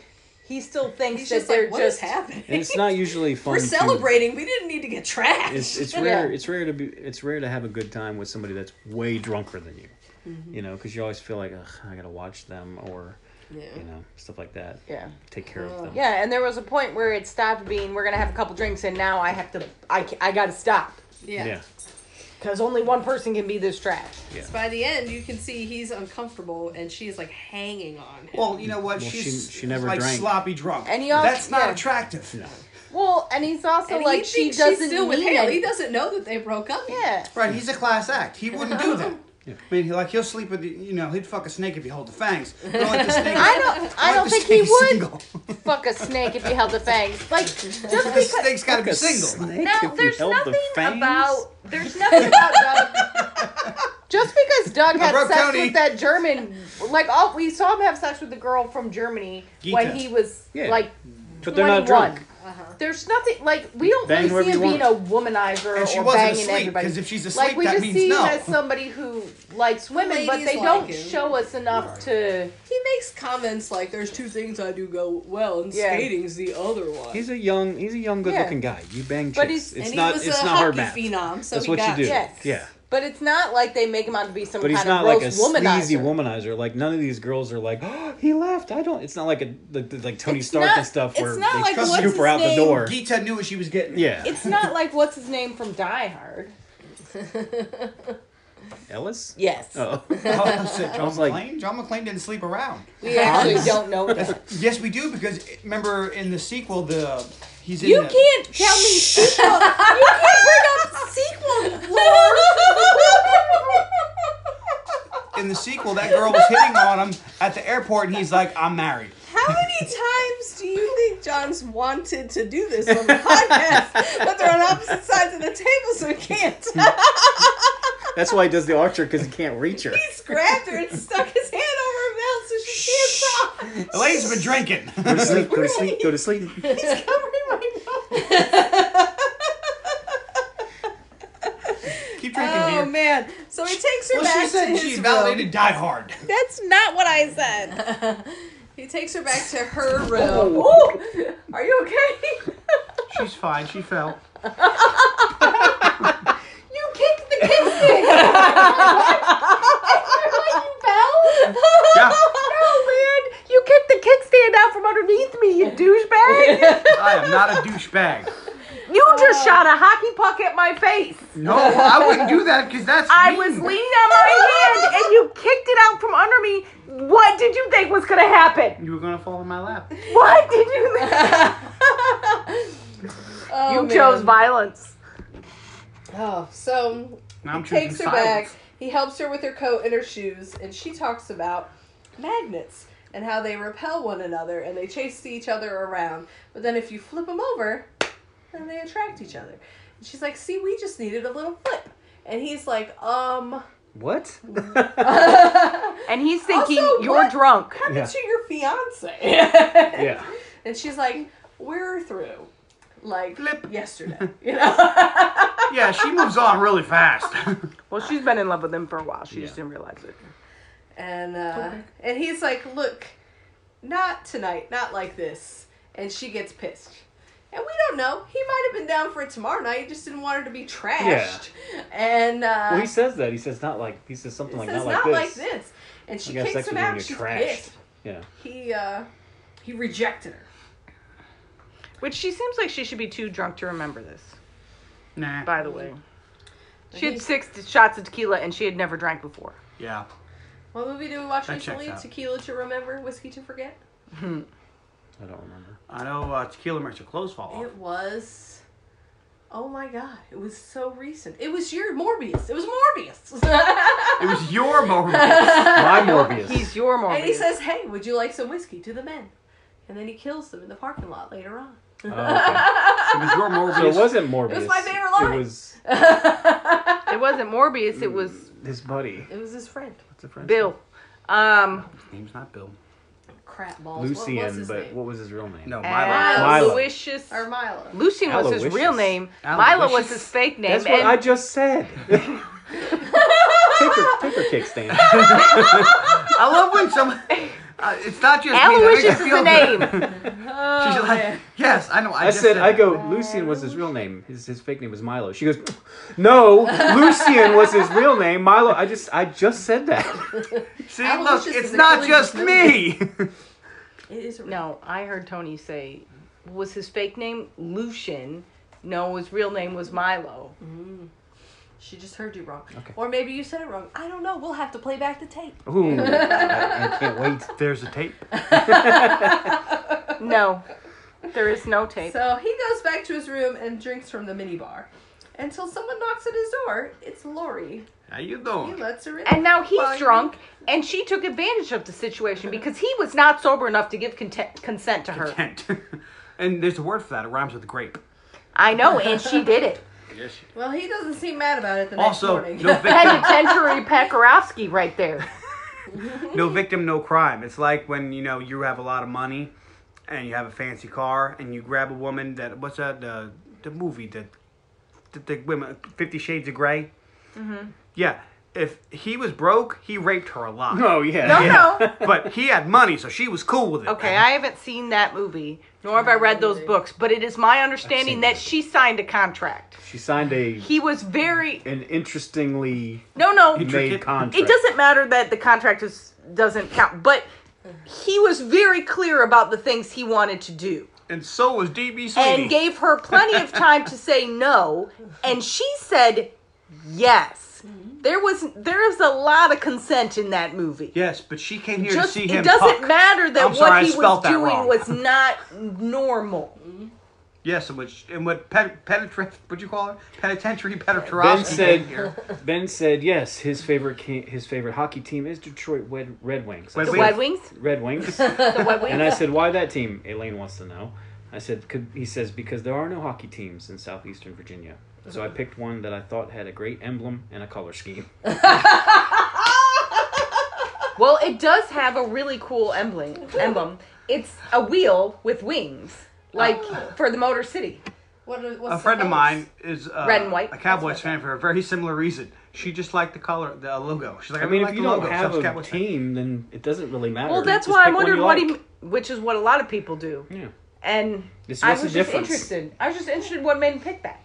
he still thinks
he's
that
just
they're
like, what is
just
happening?
And it's not usually fun.
We're
to-
celebrating. We didn't need to get trashed.
It's it's
Yeah.
rare. It's rare to be. It's rare to have a good time with somebody that's way drunker than you.
Mm-hmm.
You know, because you always feel like, Ugh, I gotta watch them or, you know, stuff like that.
yeah. Uh,
Take care of them.
Yeah, and there was a point where it stopped being we're gonna have a couple drinks, and now I have to, I, ca- I gotta stop
yeah.
Yeah.
because only one person can be this trash.
So by the end, you can see he's uncomfortable, and she is like hanging on. him.
Well, you know what?
Well, she-
She's
she never
like
drank.
sloppy drunk.
And he also-
That's not
yeah.
attractive.
Well, and he's also
and
like
he
she
thinks
doesn't
she's still with
mean
Hale. He
it.
doesn't know that they broke up.
Yeah,
Right, he's a class act. He wouldn't do that. I mean, he, like he'll sleep with the, you know he'd fuck a snake if he held the fangs. I don't like the snake.
I don't, I
like
don't
the
think he
snake
would
single.
fuck a snake if he held the fangs. Like just
The
because
snake's got to be single.
No, there's
held the
nothing
fangs.
about. There's nothing about Doug. Just because Doug had
broke
sex
Tony.
with that German, like all we saw him have sex with the girl from Germany
Geeta.
when he was
Yeah.
like
But they're
21.
not drunk.
Uh-huh. There's nothing like we don't
Bang
really see him
whoever you
being a womanizer
And she
or
wasn't
banging
asleep,
everybody.
'cause if she's
like
asleep,
we
that
just
means
see
no.
him as somebody who likes women, but
Ladies
they
like
don't
him.
show us enough to.
He makes comments like, "There's two things I do go well, and
Yeah.
skating's the other one."
He's a young, he's a young, good-looking guy. You bang
But he's-
chicks. It's
and
not,
he was
it's
a
not hard
hockey
math.
phenom, so
That's
he
what
got
you do.
Yes.
Yeah.
But it's not like they make him out to be some
But he's
kind of
not like a
gross womanizer.
sleazy womanizer. Like none of these girls are like, oh, he left. I don't. It's not like a like, like Tony
It's
Stark
not-
and stuff
it's
where
not
they
like
scoop
what's
her
his
out
name?
the door.
Gita knew what she was getting.
Yeah,
It's not like what's his name from Die Hard.
Ellis.
Yes.
Oh,
I was like, John
was like-
McClane? John McClane didn't sleep around.
We actually don't know that.
Yes, we do because remember in the sequel the he's in
You
the,
can't tell me sequel. you can't bring up sequel lore.
in the sequel that girl was hitting on him at the airport and he's like I'm married.
How many times do you think John's wanted to do this on the podcast, but they're on opposite sides of the table, so he can't?
that's why he does the archer because he can't reach her.
He's grabbed her and stuck his hand over her mouth so she can't talk.
The lady's been drinking.
Go to sleep. Go to sleep. Go to sleep.
He's covering my mouth.
Keep drinking
Oh
here.
man! So he takes her
Well,
back
she said
to
she
his
validated
room.
Die Hard.
That's not what I said. he takes her back to her room.
Oh.
Ooh, are you okay?
She's fine. She fell.
You kicked the kickstand.
you fell?
Yeah,
No, man. You kicked the kickstand out from underneath me, you douchebag.
I am not a douchebag.
you just shot a hockey puck at my face.
No, I wouldn't do that because that's
I
mean.
was leaning on my hand and you kicked it out from under me. What did you think was going to happen?
You were gonna fall in my lap.
What did you think?
Oh,
you
man.
chose violence.
Oh, so
Now I'm
he takes her
choosing silence.
back. He helps her with her coat and her shoes, and she talks about magnets and how they repel one another and they chase each other around. But then if you flip them over, then they attract each other. And she's like, "See, we just needed a little flip." And he's like, "Um,
What?
And he's thinking,
Also,
you're
what-
drunk.
happened
Yeah.
to your fiance?"
Yeah.
and she's like, "We're through." Like
Flip.
yesterday, you know.
Yeah, she moves on really fast.
Well, she's been in love with him for a while. She just
Yeah.
didn't realize it.
and uh, and he's like, "Look, not tonight, not like this." And she gets pissed. And we don't know. He might have been down for it tomorrow night. He just didn't want her to be trashed. And uh,
Well, he says that. He says not like. He says something
says
like
not,
not
like,
like
this.
this.
And she
I guess
kicks
that's
him
when
out.
you're
She's
trashed.
pissed.
Yeah.
He uh, he rejected her.
Which she seems like she should be too drunk to remember this,
nah.
by the way. She had six shots of tequila and she had never drank before.
Yeah.
What movie did we watch
That checks
recently?
out.
Tequila to Remember, Whiskey to Forget.
I don't remember.
I know uh, tequila makes your clothes fall off.
It was. Oh my god! It was so recent. It was your Morbius. It was Morbius.
It was your moment.
My Morbius.
He's your Morbius.
And he says, "Hey, would you like some whiskey?" To the men, and then he kills them in the parking lot later on.
Oh, okay.
It was your
So it
moment.
wasn't Morbius.
was my favorite line.
It was
it wasn't Morbius, it was
his buddy.
It was his friend.
What's the French
Bill. Um,
His name's not Bill.
Crap balls. What was
Lucien,
his
but
name?
what was his real name?
No, my
Milo.
Milo.
Aloysius.
or Milo.
Lucian was his
Aloysius.
real name.
Aloysius.
Milo was his fake name.
That's what
and
I just said. take her, take her kickstand.
I love when someone. Uh, it's not just me. that makes
Aloysius
me
is
feel
the
good.
name. Oh,
Oh,
She's like, yes, I know. I,
I
just
said, I go, Lucian was his real name. His, his fake name was Milo. She goes, no, Lucian was his real name. Milo, I just I just said that.
See,
I
look,
was just
it's
in the
not
Philly
just me.
It is a
no, I heard Tony say, was his fake name Lucian? No, his real name was Milo.
Mm. She just heard you wrong, or maybe you said it wrong. I don't know. We'll have to play back the tape.
Ooh, I, I can't wait.
There's a tape.
No, there is no tape.
So he goes back to his room and drinks from the minibar until someone knocks at his door. It's Lori.
How you
He
doing?
lets her in.
and now he's
Fine.
drunk, and she took advantage of the situation because he was not sober enough to give content, consent to her.
Kent. and there's a word for that. It rhymes with grape.
I know, and she did it.
Well, he doesn't seem mad about it the
Also,
next morning.
no victim,
Penitentiary Pekarovsky right there.
no victim, no crime. It's like when you know you have a lot of money, and you have a fancy car and you grab a woman that what's that the the movie that the, the women Fifty Shades of gray
Mm-hmm.
Yeah, if he was broke, he raped her a lot.
Oh yeah.
No, no.
but he had money, so she was cool with it.
Okay, I haven't seen that movie, nor have I read those books, but it is my understanding that she signed a contract.
She signed a
He was very
an interestingly
no, no.
made contract.
It doesn't matter that the contract is, doesn't count, but he was very clear about the things he wanted to do
And so was DB Sweeney.
and gave her plenty of time to say no, and she said yes. There was there is a lot of consent in that movie.
yes, but she came here
Just
to see
it
him.
doesn't
fuck.
matter that
I'm
what
sorry, I
he was
spelt that
doing
wrong.
was not normal.
Yes, and which and what pet, penetra- what'd you call her? Penitentiary
Ben
Penetrosky
said.
came here.
Ben said yes. His favorite ca- his favorite hockey team is Detroit Red, Red Wings. I
Red
The
said,
Wings.
Red Wings.
Red Wings.
The Red Wings.
And I said, "Why that team?" Elaine wants to know. I said, could, "He says because there are no hockey teams in southeastern Virginia." So I picked one that I thought had a great emblem and a color scheme.
well, it does have a really cool emblem. Emblem. It's a wheel with wings, like for the Motor City.
What are, what's
A
the
friend of
colors?
mine is uh,
Red and white.
a Cowboys fan for a very similar reason. She just liked the color, the logo. She's like, I,
I mean,
really
if you
like the
don't
logo.
have
so I was
a
Cowboys fan.
team, then it doesn't really matter.
Well, that's
Just
why I
pick one
wondered
you
what
like.
he, which is what a lot of people do.
Yeah.
And
It's-
I
what's
was
the
just
difference?
interested. I was just interested what made him pick that.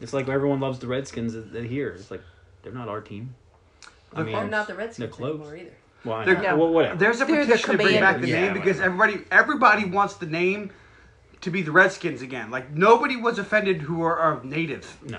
It's like everyone loves the Redskins that- that here. It's like they're not our team. I mean,
They're not the Redskins
They're close.
anymore either.
Why?
They're-
not?
No.
Well, whatever.
There's a
They're the
petition to bring back the
commanders.
name
Yeah,
because everybody everybody wants the name to be the Redskins again. Like nobody was offended who are, are native.
no.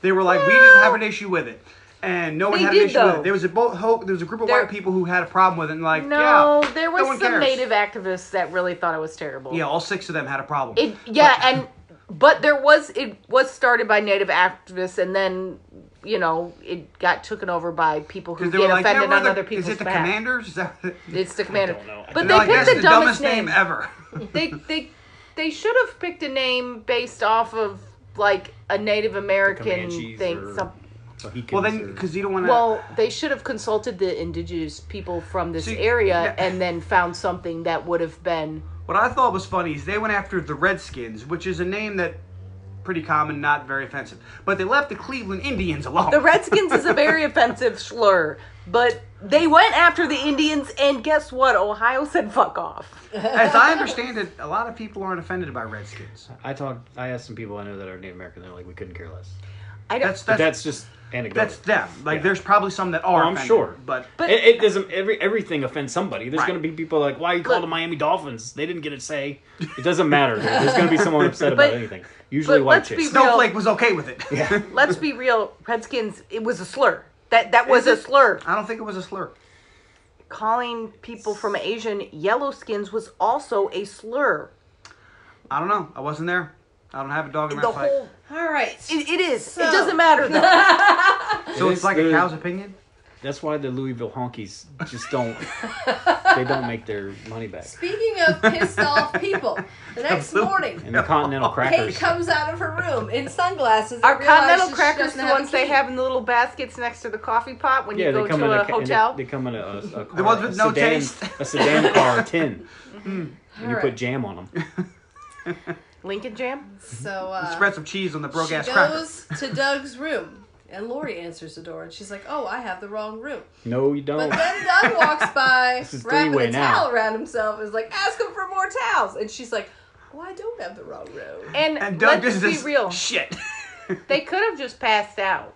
They were like, we didn't have an issue with it, and no one
They
had an
did,
issue with
though.
it. There was a both hope. There was a group of
There-
white people who had a problem with it, and like,
No,
yeah,
there
no
was
one
some
cares.
native activists that really thought it was terrible.
Yeah, all six of them had a problem.
It yeah, and but there was it was started by native activists, and then you know it got taken over by people who
because they
get
were like, yeah,
offended
we're
on
the-
other people's
is it the
behalf.
Commanders? Is that, they're
It's the commander.
don't know.
But they
like,
picked
that's
the,
the
dumbest, name.
name ever.
They they they should have picked a name based off of like a Native American
Comanches
thing.
or-
some-
So he
well, then
considered-
because you don't want to.
well, they should have consulted the indigenous people from this
See,
area
yeah.
and then found something that would have been
What I thought was funny is they went after the Redskins, which is a name that pretty common, not very offensive. But they left the Cleveland Indians alone.
The Redskins is a very offensive slur, but they went after the Indians, and guess what? Ohio said fuck off.
As I understand it, a lot of people aren't offended by Redskins.
I talked. I asked some people I know that are Native American. They're like, we couldn't care less.
I don't.
That's
But
that's that's,
that's just anecdotal.
them. Like
Yeah.
there's probably some that are.
Oh, I'm
offended,
sure.
but
But-
it, it doesn't. Every everything offends somebody. There's
Right.
going to be people like, "Why you called
Look-
the Miami Dolphins? They didn't get a say." It doesn't matter. dude. There's going to be someone upset about
But-
anything. Usually
but
white
let's be
chicks.
real.
Snowflake was okay with it.
let's be real. Redskins. It was a slur. That that was a slur.
I don't think it was a slur.
Calling people from Asian yellow skins was also a slur.
I don't know. I wasn't there. I don't have a dog in
The
that fight.
whole
All right.
it, it is.
So-
it doesn't matter though.
so
It
it's
is
like a
the-
cow's opinion.
That's why the Louisville honkies just don't. they don't make their money back.
Speaking of pissed off people, the next morning,
And the Continental
Kate
crackers.
comes out of her room in sunglasses. and
Are
realizes
continental
she
crackers
doesn't
the
have a
ones they
key.
have in the little baskets next to the coffee pot when
Yeah,
you
they
go
come
to
in
a,
a, ca- in a-
hotel?
They come in a, a, a car,
ones
a
with no
sedan,
taste.
A sedan car tin,
Mm-hmm.
and you
All
put
right.
jam on them.
Lincoln Jam.
So uh,
Spread some cheese on the broke
she
ass cracker.
goes to Doug's room, and Lori answers the door, and she's like, "Oh, I have the wrong room."
No, you
But
don't.
then Doug walks by,
Oh. This is
wrapping
three-way
a
now.
towel around himself, and is like, "Ask him for more towels," and she's like, "Oh, I don't have the wrong room."
And,
And Doug
let's
just
be
this
real.
shit.
They could have just passed out.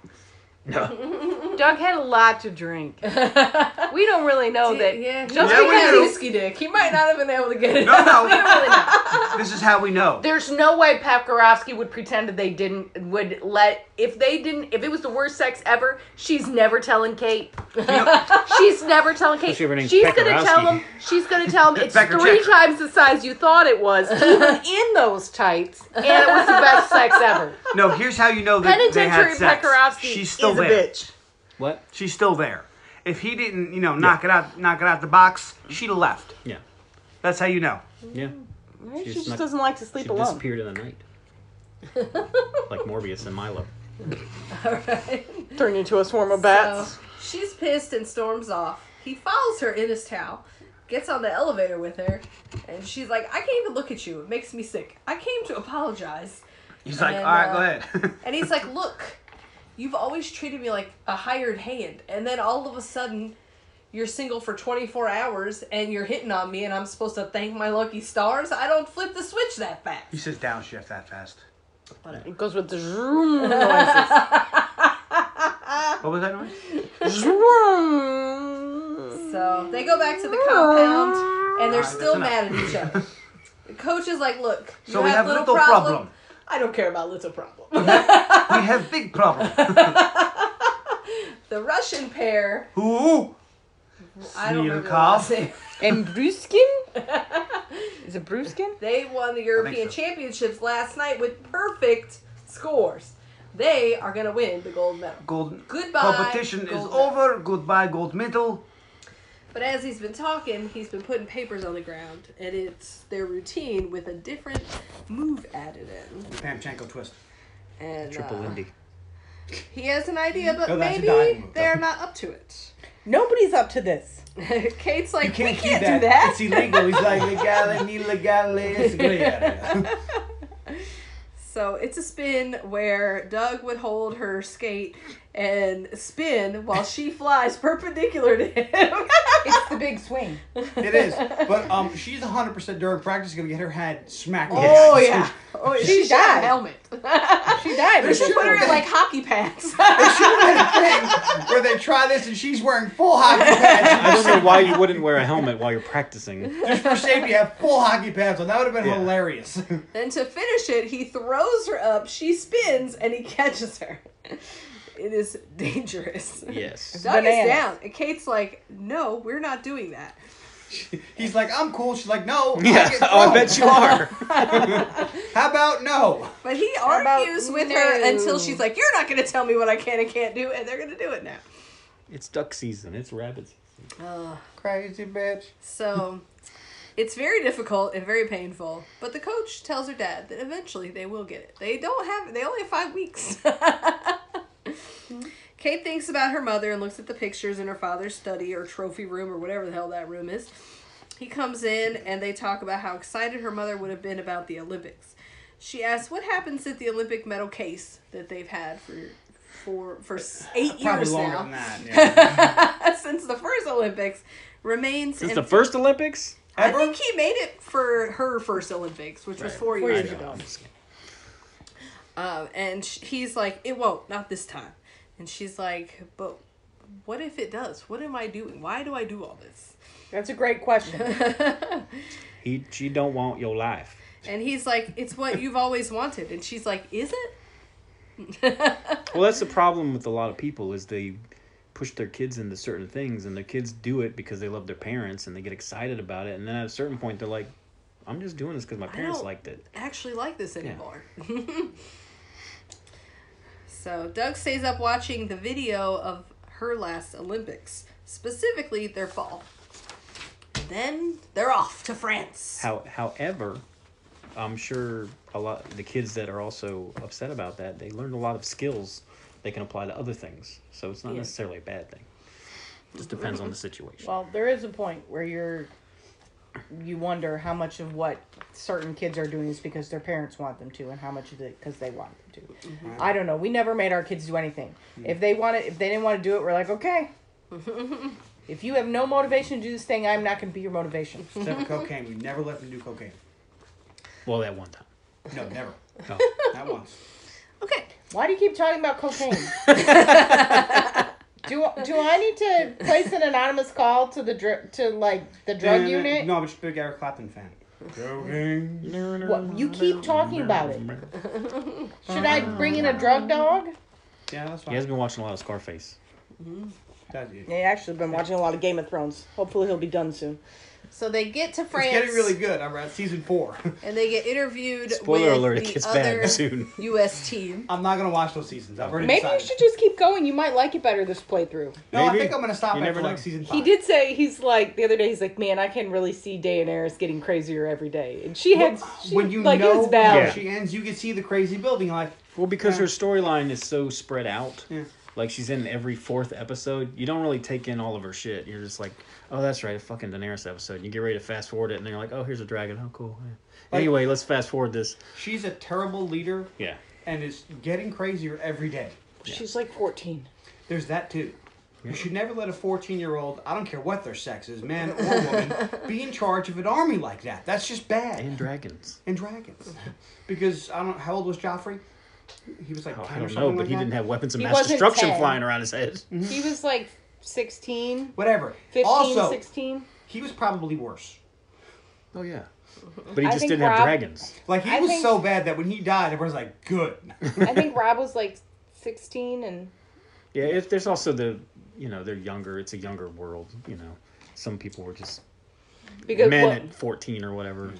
No.
Doug had a lot to drink. We don't really know that.
yeah, he
just
Yeah, we
because
do.
he's-
whiskey dick. He might not have been able to get it.
No,
out.
we don't
no.
really know.
this is how we know.
There's no way Papkarovsky would pretend that they didn't would let if they didn't if it was the worst sex ever. She's never telling Kate. she's never telling Kate.
Especially if her name's
She's gonna tell
Pekarovsky.
him. She's gonna tell him it's
Pecker
three
checker.
times the size you thought it was, even in those tights, and it was the best sex ever.
No, here's how you know that they
Penitentiary
had sex.
Pekarovsky
She's still
is
there.
a bitch.
What?
She's still there. If he didn't, you know, knock it out, knock it out the box, she'd have left.
Yeah.
That's how you know.
Yeah.
She
She's
just
not-
doesn't like to sleep
She
alone.
disappeared in the night. like Morbius and Milo.
Turned into a swarm of
So she's pissed and storms off. He follows her in his towel, gets on the elevator with her, and she's like, I can't even look at you. It makes me sick. I came to apologize.
He's like,
And,
all right,
uh,
go ahead.
And he's like, Look, you've always treated me like a hired hand. And then all of a sudden, you're single for 24 hours and you're hitting on me, and I'm supposed to thank my lucky stars. I don't flip the switch that fast.
he says downshift that fast.
It goes with the zoom noises.
What was that noise?
Zoom.
So they go back to the compound and they're
Alright,
still
that's
mad at each other. The coach is like, Look, you
So we
have,
have
little,
little
problem.
problem.
I don't care about little problem.
we have big problem.
the Russian pair,
Ooh,
I don't remember their
Smirkov.
last name.
And Bruskin? Is it Bruskin?
They won the European
so.
Championships last night with perfect scores. They are going to win the gold medal.
gold.
Goodbye,
Competition is
gold medal.
over. Goodbye, gold medal.
But as he's been talking, he's been putting papers on the ground, and it's their routine with a different move added in.
Pamchenko twist.
And
Triple
uh,
Indy.
he has an idea, but
Oh,
No, that's a diving
maybe
move,
they're not up to it.
Nobody's up to this.
Kate's like,
You can't,
we can't
do, that.
do that.
It's illegal. He's like, legale, illegale, it's gray area.
So it's a spin where Doug would hold her skate and spin while she flies perpendicular to him.
It's the big swing.
It is, but um, she's 100 percent during practice gonna get her head smacked.
Oh yeah. Oh, yeah.
She
she should have
died.
a helmet.
She died.
They should put her in like hockey pants.
Where they try this and she's wearing full hockey pads.
I don't know why you wouldn't wear a helmet while you're practicing.
Just for safety, have full hockey pads on. That would have been
Yeah.
hilarious.
then to finish it, he throws her up. She spins and he catches her. It is dangerous.
Yes.
Doug
Bananas.
is down, and Kate's like, "No, we're not doing that."
He's like, I'm cool. She's like, no.
Yeah.
get
Oh, I
thrown.
bet you are.
How about no?
But he
about
argues with her
no?
until she's like, "You're not going to tell me what I can and can't do," and they're going to do it now.
It's duck season. It's rabbits.
Crazy bitch.
So it's very difficult and very painful. But the coach tells her dad that eventually they will get it. They don't have they only have five weeks. Kate thinks about her mother and looks at the pictures in her father's study or trophy room or whatever the hell that room is. He comes in and they talk about how excited her mother would have been about the Olympics. She asks what happens at the Olympic medal case that they've had for for for s- eight
Probably
years
longer
now
than that. Yeah.
since the first Olympics remains
Since the
empty.
first Olympics?
I think he made it for her first Olympics, which was four, years,
years
ago. Um, and sh- he's like, "It won't, not this time." And she's like, "But what if it does? What am I doing? Why do I do all this?"
That's a great question.
He, she don't want your life.
And he's like, "It's what you've always wanted." And she's like, "Is it?"
Well, that's the problem with a lot of people is they push their kids into certain things, and their kids do it because they love their parents and they get excited about it, and then at a certain point they're like, "I'm just doing this because my parents
don't-
liked it."
actually like this anymore. so Doug stays up watching the video of her last Olympics, specifically their fall. Then they're off to France.
How, however, I'm sure a lot the kids that are also upset about that they learned a lot of skills they can apply to other things, so it's not
Yeah.
necessarily a bad thing. Just depends on the situation.
well, there is a point where you're you wonder how much of what certain kids are doing is because their parents want them to and how much of it because they want them to. I don't know. We never made our kids do anything. If they wanted if they didn't want to do it, we're like, "Okay. if you have no motivation to do this thing, I'm not going to be your motivation."
Except for cocaine. We never let them do cocaine.
Well, that one time.
No, never.
No.
Not once.
Okay.
Why do you keep talking about cocaine? do do I need to place an anonymous call to the dr- to like the drug
No, no, no,
unit?
No, I'm just a big Eric Clapton fan. Cocaine.
Oh.
What you keep talking about it? Should I bring in a drug dog?
Yeah, that's
He
fine.
has been watching a lot of Scarface.
That- it's
Yeah, actually been watching a lot of Game of Thrones. Hopefully he'll be done soon.
So they get to France
getting really good. I'm at season four.
and they get interviewed
Spoiler
with
alert!
the
It gets
other
bad soon.
US team.
I'm not gonna watch those seasons. I've already
Maybe you
decided.
should just keep going. You might like it better this playthrough.
No, I
Maybe.
think I'm gonna stop
You
after
never know.
like season five.
He did say he's like the other day. He's like, man, I can really see Daenerys getting crazier every day, and she had she,
when you
like it
know
was bad.
how she ends, you can see the crazy building. Like
Well, because her storyline is so spread out,
Yeah.
Like she's in every fourth episode. You don't really take in all of her shit. You're just like, oh, that's right, a fucking Daenerys episode. You get ready to fast forward it, and they're like, oh, here's a dragon. Oh, cool. yeah.
Like-
anyway, let's fast forward this.
She's a terrible leader
Yeah.
and is getting crazier every day.
She's like 14.
There's that too. You should never let a 14 year old, I don't care what their sex is, man or woman, be in charge of an army like that. That's just bad.
And dragons.
and dragons. Because I don't. How old was Joffrey? He was like
Oh,
10
I
or
don't
something
know, but
like
he
that.
didn't have weapons of
He
mass
wasn't Mm-hmm.
destruction
10.
flying around his head.
He was like 16,
Whatever.
15,
also,
16.
he was probably worse.
Oh yeah, but he
Mm-hmm. I
just
think
didn't have
Rob-
dragons.
Like he
I
was
think-
so bad that when he died, everyone's like, "Good."
I think Rob was like 16 and
Yeah, it, there's also the you know they're younger. It's a younger world. You know, some people were just
because
men
well,
at 14 or whatever.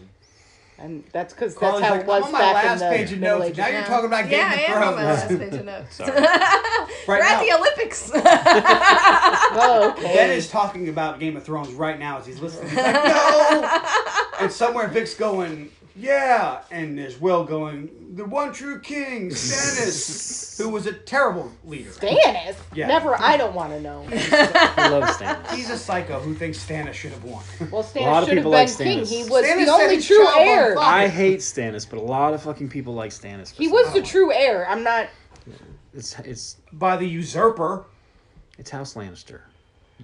and that's cuz that's
Carly's
how
like,
it
"I'm
was
on my
back
last
in the
page of notes.
Middle
Now
Ages.
Oh, you're talking about
yeah, I
Game
am on
of
my
Thrones.
last page of notes.
Sorry.
Right
We're at
now-
the Olympics.
Oh, okay.
Ben is talking about Game of Thrones right now as he's listening. He's like, "No," and somewhere Vic's going, "Yeah," and there's Will going, "The one true king, Stannis, who was a terrible leader."
Stannis.
Yeah.
Never I don't want to know.
I love Stannis.
He's a psycho who thinks Stannis should have won.
Well,
lot
Stannis
of
should have been
people like
king.
Stannis.
He was
Stannis
the
said
only
his
true
child won't
heir.
fuck.
I hate Stannis, but a lot of fucking people like Stannis. for
He
some-
was
Oh.
the true heir. I'm not
It's it's
By the usurper.
it's House Lannister.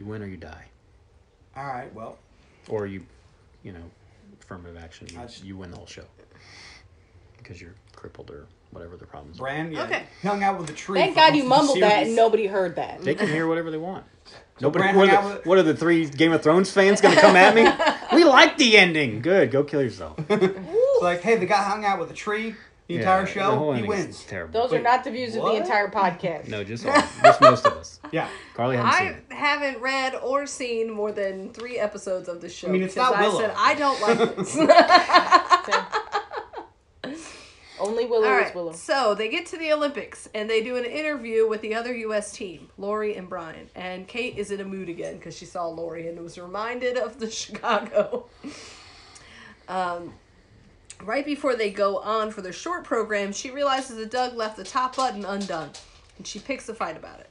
You win or you die,
All right, well,
or you, you know, affirmative action. You,
I just-
you win the whole show because you're crippled or whatever the problems are.
Bran yeah,
Okay.
hung out with the tree.
Thank
for
God
most
you
of the
mumbled that
series.
and nobody heard that.
They can hear whatever they want. Nobody.
Bran
What
hung
are,
out
the,
with-
what are the three Game of Thrones fans going to come at me? we like the ending. Good. Go kill yourself.
It's like, hey, the guy hung out with the tree the entire
The
show.
whole
he
ending's
wins.
Terrible.
Those are
Wait,
not the views of
what?
the entire podcast.
No, just all, just most of us.
Yeah.
Carly hasn't seen
I
it.
haven't read or seen more than three episodes of the show.
I mean, it's
because
not
I
Willow.
said I don't like this.
Only Willow
All
is
right,
Willow.
so they get to the Olympics and they do an interview with the other U.S. team, Lori and Brian. And Kate is in a mood again because she saw Lori and was reminded of the Chicago. um, right before they go on for their short program, she realizes that Doug left the top button undone, and she picks a fight about it.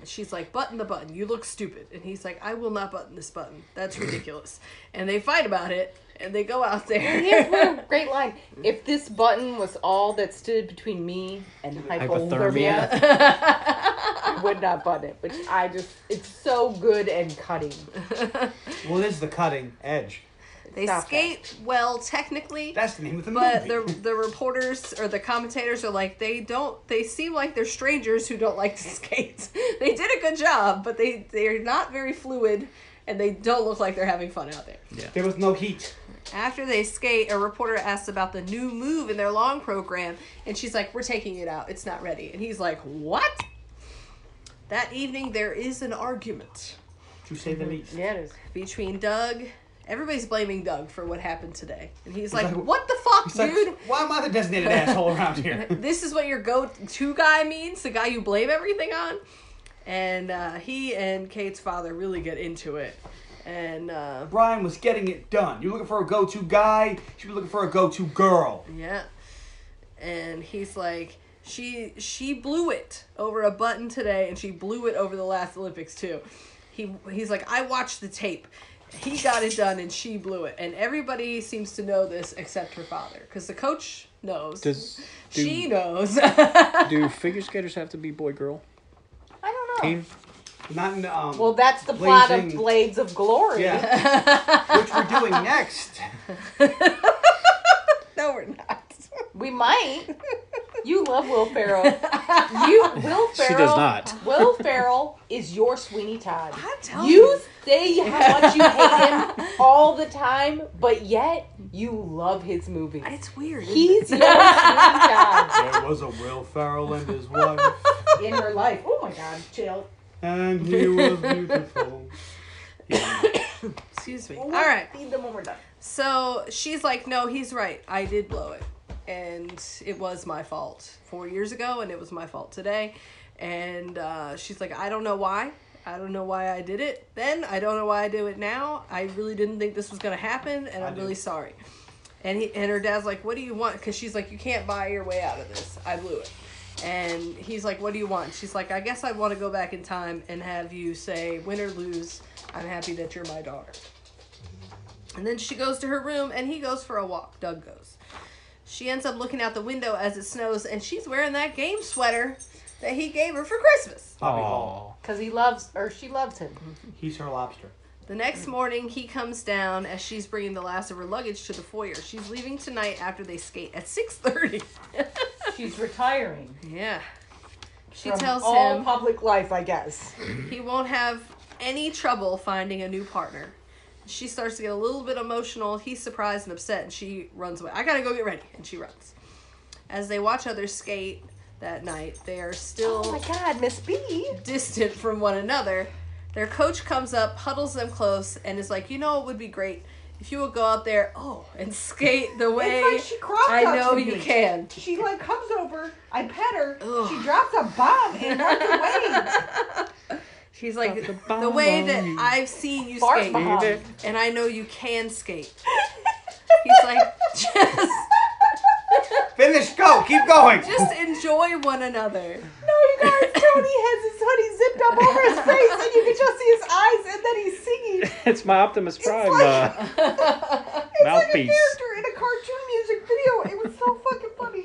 And she's like, "Button the button. You look stupid." And he's like, "I will not button this button. That's ridiculous." and they fight about it, and they go out there.
Here's what a great line. If this button was all that stood between me and hypothermia, I would not button it. Which I just, it's so good and cutting.
Well, it is the cutting edge.
They
Stop that.
skate well technically,
That's the name of the
but the
movie.
the reporters or the commentators are like they don't. They seem like they're strangers who don't like to skate. they did a good job, but they they're not very fluid, and they don't look like they're having fun out there.
There was no heat.
After they skate, a reporter asks about the new move in their long program, and she's like, "We're taking it out. It's not ready." And he's like, "What?" That evening, there is an argument
To say the least.
Yeah, it is.
between Doug. Everybody's blaming Doug for what happened today, and he's like,
like,
"What the fuck,
It's like,
dude?"
why am I the designated asshole around here?
this is what your go-to guy means the guy you blame everything on and uh, he and kate's father really get into it and uh,
Brian was getting it done. You're looking for a go-to guy. She was looking for a go-to girl.
yeah and he's like she she blew it over a button today and she blew it over the last olympics too he he's like i watched the tape he got it done and she blew it and everybody seems to know this except her father because the coach knows
Does do,
she knows
do figure skaters have to be boy girl
I don't know.
team?
Not in um.
Well, that's the plot of
Blazing-
Blades of Glory.
yeah. Which we're doing next.
no we're not
We might. You love Will Ferrell. You Will Ferrell.
She does not.
Will Ferrell is your Sweeney Todd.
I'm telling
You say how much you hate him all the time, but yet you love his movies.
it's weird isn't it?
He's your Sweeney Todd
There was a Will Ferrell and his wife,
in her life. Oh my God, chill.
and he was beautiful.
excuse me all right
Feed them when we're done.
So she's like, no, he's right. I did blow it. And it was my fault four years ago, and it was my fault today. And uh, she's like, I don't know why. I don't know why I did it then. I don't know why I do it now. I really didn't think this was going to happen, and I'm
do.
really sorry. And, he, and her dad's like, What do you want? Because she's like, You can't buy your way out of this. I blew it. And he's like, What do you want? She's like, I guess I want to go back in time and have you say, Win or lose, I'm happy that you're my daughter. And then she goes to her room and he goes for a walk. Doug goes. She ends up looking out the window as it snows and she's wearing that game sweater that he gave her for Christmas.
Bobby Hall.
Because he loves, or she loves him.
He's her lobster.
The next morning, he comes down as she's bringing the last of her luggage to the foyer. She's leaving tonight after they skate at 6:30.
She's retiring.
yeah. She
from
tells
all
him
public life, I guess.
he won't have any trouble finding a new partner. She starts to get a little bit emotional. He's surprised and upset, and she runs away. I gotta go get ready, and she runs. As they watch others skate that night, they are still
Oh my God, Miss B.
distant from one another. Their coach comes up, huddles them close, and is like, "You know, it would be great if you would go out there, oh, and skate the way
It's like she crossed
I
up
know
to
you
me.
can."
She like comes over. I pet her.
Ugh.
She drops a bomb and runs away.
She's like, "The, way that I've seen you
Barf
skate,
bomb.
and I know you can skate." He's like, "Just,
Finish. Go. Keep going.
just enjoy one another."
No, you guys, Tony has his hoodie zipped up over his face, and you can just see his eyes, and then he's singing.
it's my Optimus Prime
like-
uh,
It's like a
mouthpiece.
character in a cartoon music video. It was so fucking funny.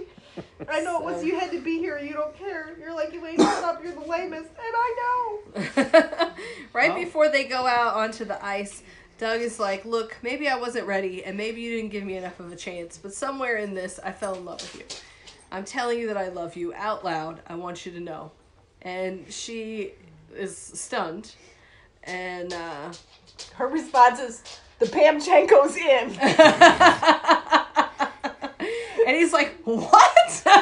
I know it was you had to be here. You don't care. You're like you ain't shut up. You're the lamest, and I know.
right before they go out onto the ice, Doug is like, Look, maybe I wasn't ready, and maybe you didn't give me enough of a chance, but somewhere in this, I fell in love with you. I'm telling you that I love you out loud. I want you to know. And she is stunned. And uh,
Her response is, "The Pamchenko's in."
and he's like, What? no,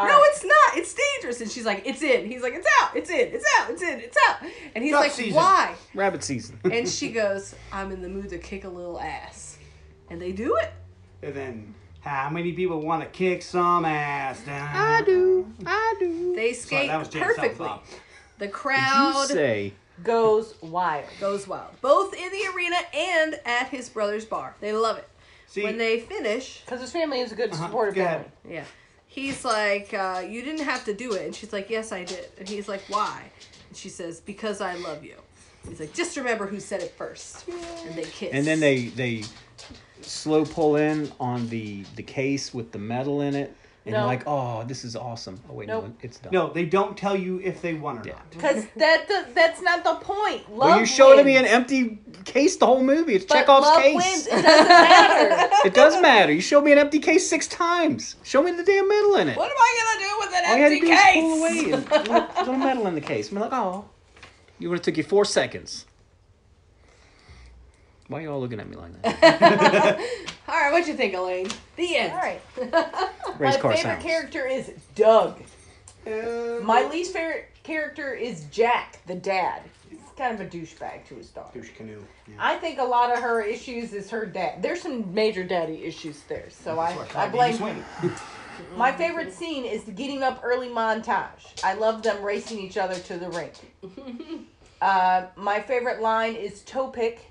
it's not. It's dangerous. And she's like, It's in. He's like, It's out. It's in. It's out. It's in. It's out. And he's
Duck
like,
season.
Why?
rabbit season.
And she goes, I'm in the mood to kick a little ass. And they do it.
And then, how many people want to kick some ass?
I do. I do.
They skate
that was James
perfectly.
Southpaw.
The
You
crowd
say
Goes wild.
goes wild, both in the arena and at his brother's bar. They love it.
See,
When they finish,
Because his family is a good
Uh-huh,
supportive
go
family.
ahead.
yeah, he's like, uh, "You didn't have to do it," and she's like, "Yes, I did." And he's like, "Why?" And she says, "Because I love you." He's like, "Just remember who said it first. And they kiss.
and then they they slow pull in on the the case with the metal in it and
No.
you're like oh this is awesome oh wait
Nope.
no it's done
no, they don't tell you if they won or
Yeah.
not.
Because that, that that's not the point. Love
well you showed me an
wins.
empty case the whole movie it's
But
Chekhov's
love
case
wins. It doesn't matter.
it does matter you showed me an empty case six times show me the damn metal in it
What am I gonna do with
all
an
you had to
empty
do was
case?
pull away and like, there's no metal in the case I'm like oh you would have took you four seconds why are you all looking at me like that
All right, what you think, Elaine? The end.
All right.
race
My
car
favorite
sounds
character is Doug. My least favorite character is Jack, the dad. He's kind of a douchebag to his daughter.
Douche canoe. Yeah.
I think a lot of her issues is her dad. There's some major daddy issues there, so I,
That's why
I
Bobby
blame
just
him.
went.
My favorite scene is the getting up early montage. I love them racing each other to the rink. uh, my favorite line is Topic,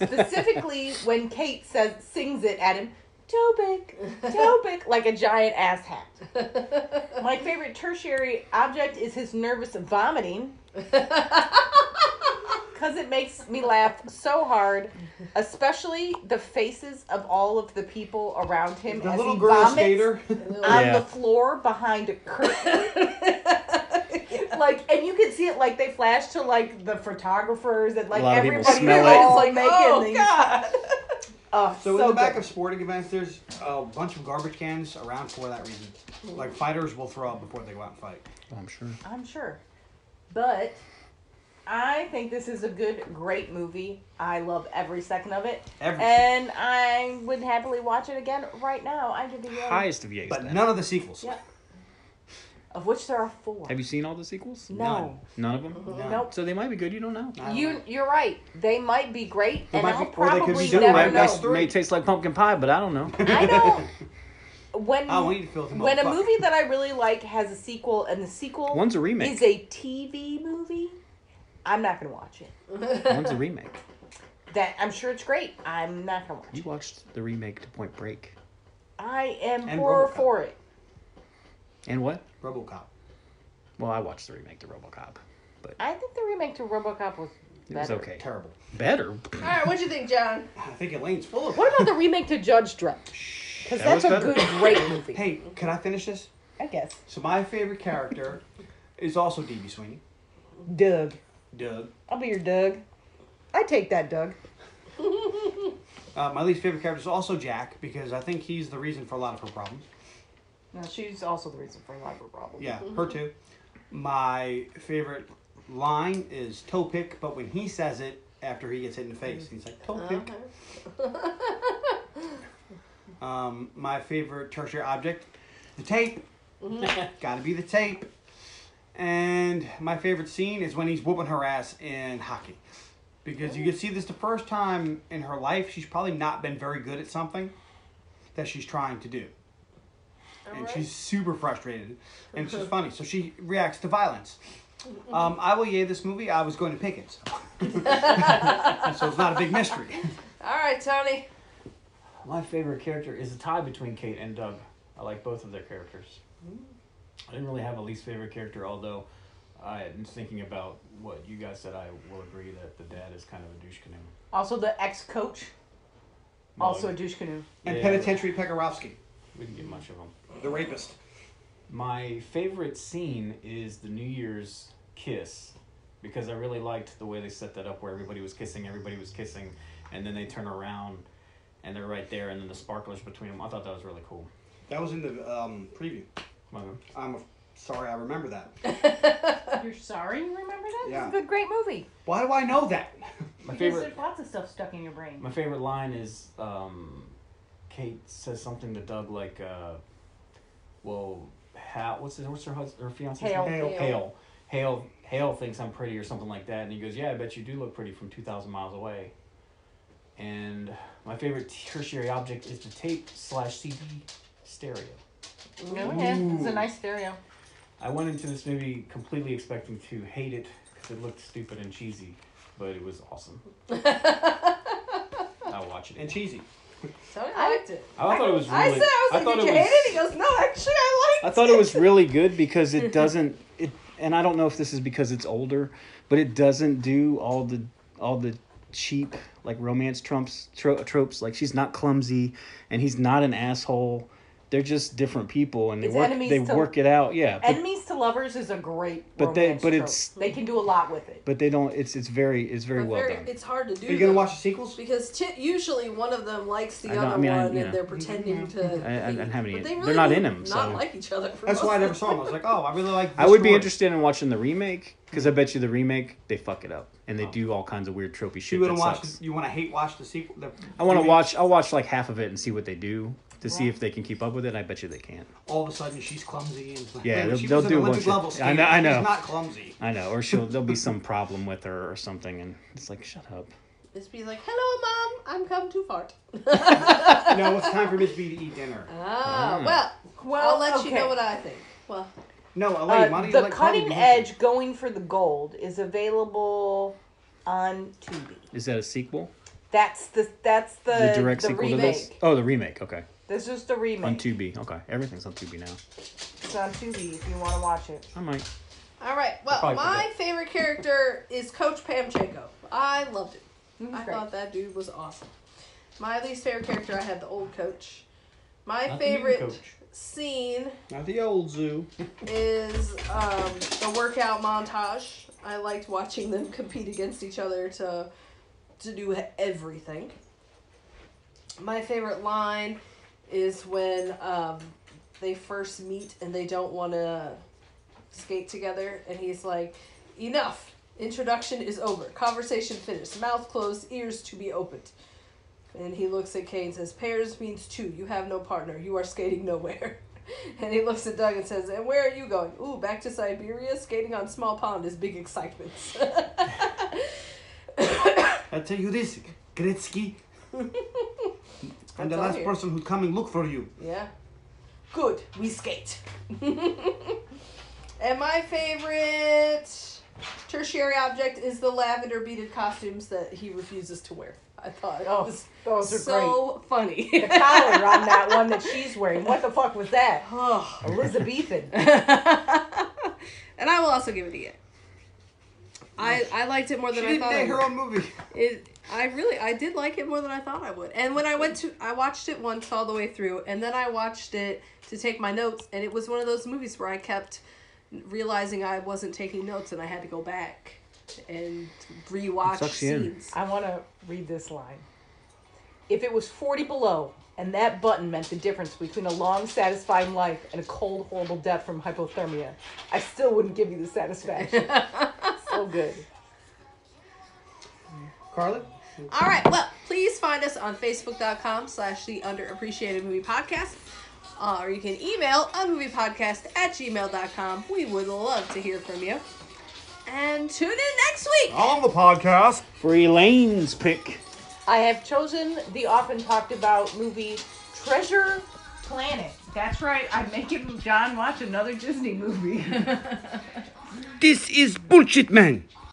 specifically when Kate says sings it at him, Topic, Topic, like a giant ass hat. My favorite tertiary object is his nervous vomiting. Because it makes me laugh so hard, especially the faces of all of the people around him
The
as
little
he
girl
vomits
skater.
on
Yeah.
the floor behind a curtain. Like, and you can see it. Like they flash to like the photographers and like
A lot of people
everybody
smell
that's,
it.
like making
oh,
these.
God.
Oh,
So, in the back
good.
of sporting events, there's a bunch of garbage cans around for that reason. Like fighters will throw up before they go out and fight.
Oh, I'm sure
I'm sure, but I think this is a good, great movie. I love every second of it,
Every
and I would happily watch it again right now. I give you
highest of yays
but
then.
none of the sequels.
Yep. Of which there are four.
have you seen all the sequels
no.
None of them?
None.
Nope.
So they might be good, you don't know.
I don't
You
know.
you're right. They might be great,
They
and
might
I'll
be- or they could
probably
be
It
good.
never
might,
know.
That's three.
may taste like pumpkin pie, but I don't know.
I don't. When
Oh, we need to fill them
when
up.
a
Fuck.
movie that I really like has a sequel, and the sequel
One's a remake.
is a TV movie, I'm not gonna watch it.
One's a remake.
That I'm sure it's great. I'm not gonna watch
You
it.
watched the remake to Point Break.
I am
And
for
RoboCop.
for it.
And what?
RoboCop.
Well, I watched the remake to RoboCop.
I think the remake to RoboCop was
It
better.
was okay.
Terrible.
Better.
All right, what'd you think, John?
I think Elaine's full of.
What about the remake to Judge Dredd? Because
That
that's a
was better.
good, great movie.
Hey, can I finish this?
I guess.
So my favorite character is also D.B. Sweeney.
Doug.
Doug.
I'll be your Doug. I take that, Doug.
Uh, my least favorite character is also Jack because I think he's the reason for a lot of her problems.
No, she's also the reason for a lot of her problems.
Yeah, her too. My favorite line is toe pick, but when he says it after he gets hit in the face, he's like toe pick. um, my favorite tertiary object, the tape. Gotta be the tape. And my favorite scene is when he's whooping her ass in hockey. Because you can see this the first time in her life, she's probably not been very good at something that she's trying to do and she's super frustrated, and she's funny, so she reacts to violence. Um, I will yay this movie. I was going to pick it, so, so it's not a big mystery.
All right, Tony.
My favorite character is a tie between Kate and Doug. I like both of their characters. I didn't really have a least favorite character, although I am thinking about what you guys said. I will agree that the dad is kind of a douche canoe.
Also, the ex coach. Also a douche canoe.
And
Yeah.
Penitentiary Pegorovsky,
We didn't get much of him.
the rapist.
My favorite scene is the New Year's kiss because I really liked the way they set that up where everybody was kissing, everybody was kissing, and then they turn around and they're right there, and then the sparklers between them. I thought that was really cool.
That was in the um, preview.
My-
I'm sorry, I remember that.
You're sorry you remember that?
Yeah.
It's a good, great movie.
Why do I know that?
My
because
favorite.
there's lots of stuff stuck in your brain.
My favorite line is um, Kate says something to Doug like, uh, "Well, how? What's his, What's her husband? Her fiance's
Hale.
name?
Hale.
Hale. Hale. Hale thinks I'm pretty or something like that." And he goes, "Yeah, I bet you do look pretty from two thousand miles away." And my favorite tertiary object is the tape slash CD stereo.
Okay. It's a nice stereo.
I went into this movie completely expecting to hate it because it looked stupid and cheesy, but it was awesome. I watch it.
And cheesy.
Tony liked it.
I thought it was really.
I said, I was like,
thought
did you
was-
hate it? He goes, no, actually, I
I
liked
thought it was really good because it doesn't it and I don't know if this is because it's older, but it doesn't do all the all the cheap like romance trumps tro- tropes like she's not clumsy and he's not an asshole. They're just different people and they
It's
work
enemies
they
to-
work it out. Yeah. But,
Enemies to Lovers is a great
But they-
romance
but
trope.
it's-
They can do a lot with it.
but they don't it's it's very it's very
But
well
very-
done.
It's hard to do.
Are you gonna
though,
watch the sequels?
Because t- usually one of them likes the
I know,
other
I mean, I-
one,
you know.
and they're pretending to.
I- I- I
hate-
haven't
but
even-
they
they're
really
not in
do
them,
Not
so-
like each other. For
That's
most
why I
of
never
it.
saw him. I was like, oh, I really like. This
I would be
story.
interested in watching the remake because
Mm-hmm.
I bet you the remake they fuck it up and they do all kinds of weird tropey shit
You
that
wouldn't watch.
sucks.
You want to hate watch the sequel? The,
I want to
remake?
watch. I'll watch like half of it and see what they do to see if they can keep up with it. I bet you they can't.
All of a sudden, she's clumsy and. it's Like,
Yeah,
wait,
they'll-
she
they'll
was an
do a
Olympic
bunch of-
level
I know-
skater.
I know.
She's not clumsy.
I know, or she'll there'll be some problem with her or something, and it's like shut up.
Just be like, hello, mom, I'm come too fart.
now it's time for Miss B to eat dinner.
Ah, well,
Well,
I'll let you know
okay.
what I think. Well,
No, Elaine,
Uh,
why do you
the
like why do you
Cutting
like
Edge Going for the Gold is available on TV.
Is that a sequel?
That's the that's the,
Uh, The direct sequel to this?
remake.
Oh, the remake. Okay,
This is the remake.
on Tubi. Okay, everything's on Tubi now.
It's on Tubi if you want to watch it.
I might.
all right. Well,
probably
my favorite character is Coach Pamchenko. I loved it.
It was
I
great.
thought that dude was awesome. My least favorite character, I had the old coach.
Not
My
the new
favorite
coach.
scene
Not the old zoo.
is um, the workout montage. I liked watching them compete against each other to to do everything. My favorite line is when um, they first meet and they don't want to skate together, and he's like, "Enough." Introduction is over. Conversation finished. Mouth closed. Ears to be opened. And he looks at Kane and says, Pairs means two. You have no partner. You are skating nowhere. and he looks at Doug and says, And where are you going? Ooh, back to Siberia. Skating on small pond is big excitement.
I tell you this, Gretzky. I'm the
That's all
last
here.
person who'd come and look for you.
yeah. Good. We skate. and my favorite tertiary object is the lavender beaded costumes that he refuses to wear.
I thought those Oh, those are
so
great.
funny.
The collar on that one that she's wearing. What the fuck was that? Elizabethan.
and I will also give it a yay. I, I liked it more than I thought I would.
movie.
It, I really I did like it more than I thought I would. And when I went to I watched it once all the way through and then I watched it to take my notes and it was one of those movies where I kept realizing I wasn't taking notes and I had to go back and rewatch
Sucks you in.
scenes.
I want to read this line. If it was 40 below and that button meant the difference between a long, satisfying life and a cold, horrible death from hypothermia, I still wouldn't give you the satisfaction. so good.
Carly?
All right. Well, please find us on facebook.com slash the underappreciated movie podcast. Uh, or you can email unmoviepodcast at gmail.com. We would love to hear from you. And tune in next week.
On the podcast.
For Elaine's pick.
I have chosen the often talked about movie Treasure Planet. That's right. I'm making John watch another Disney movie.
This is bullshit, man.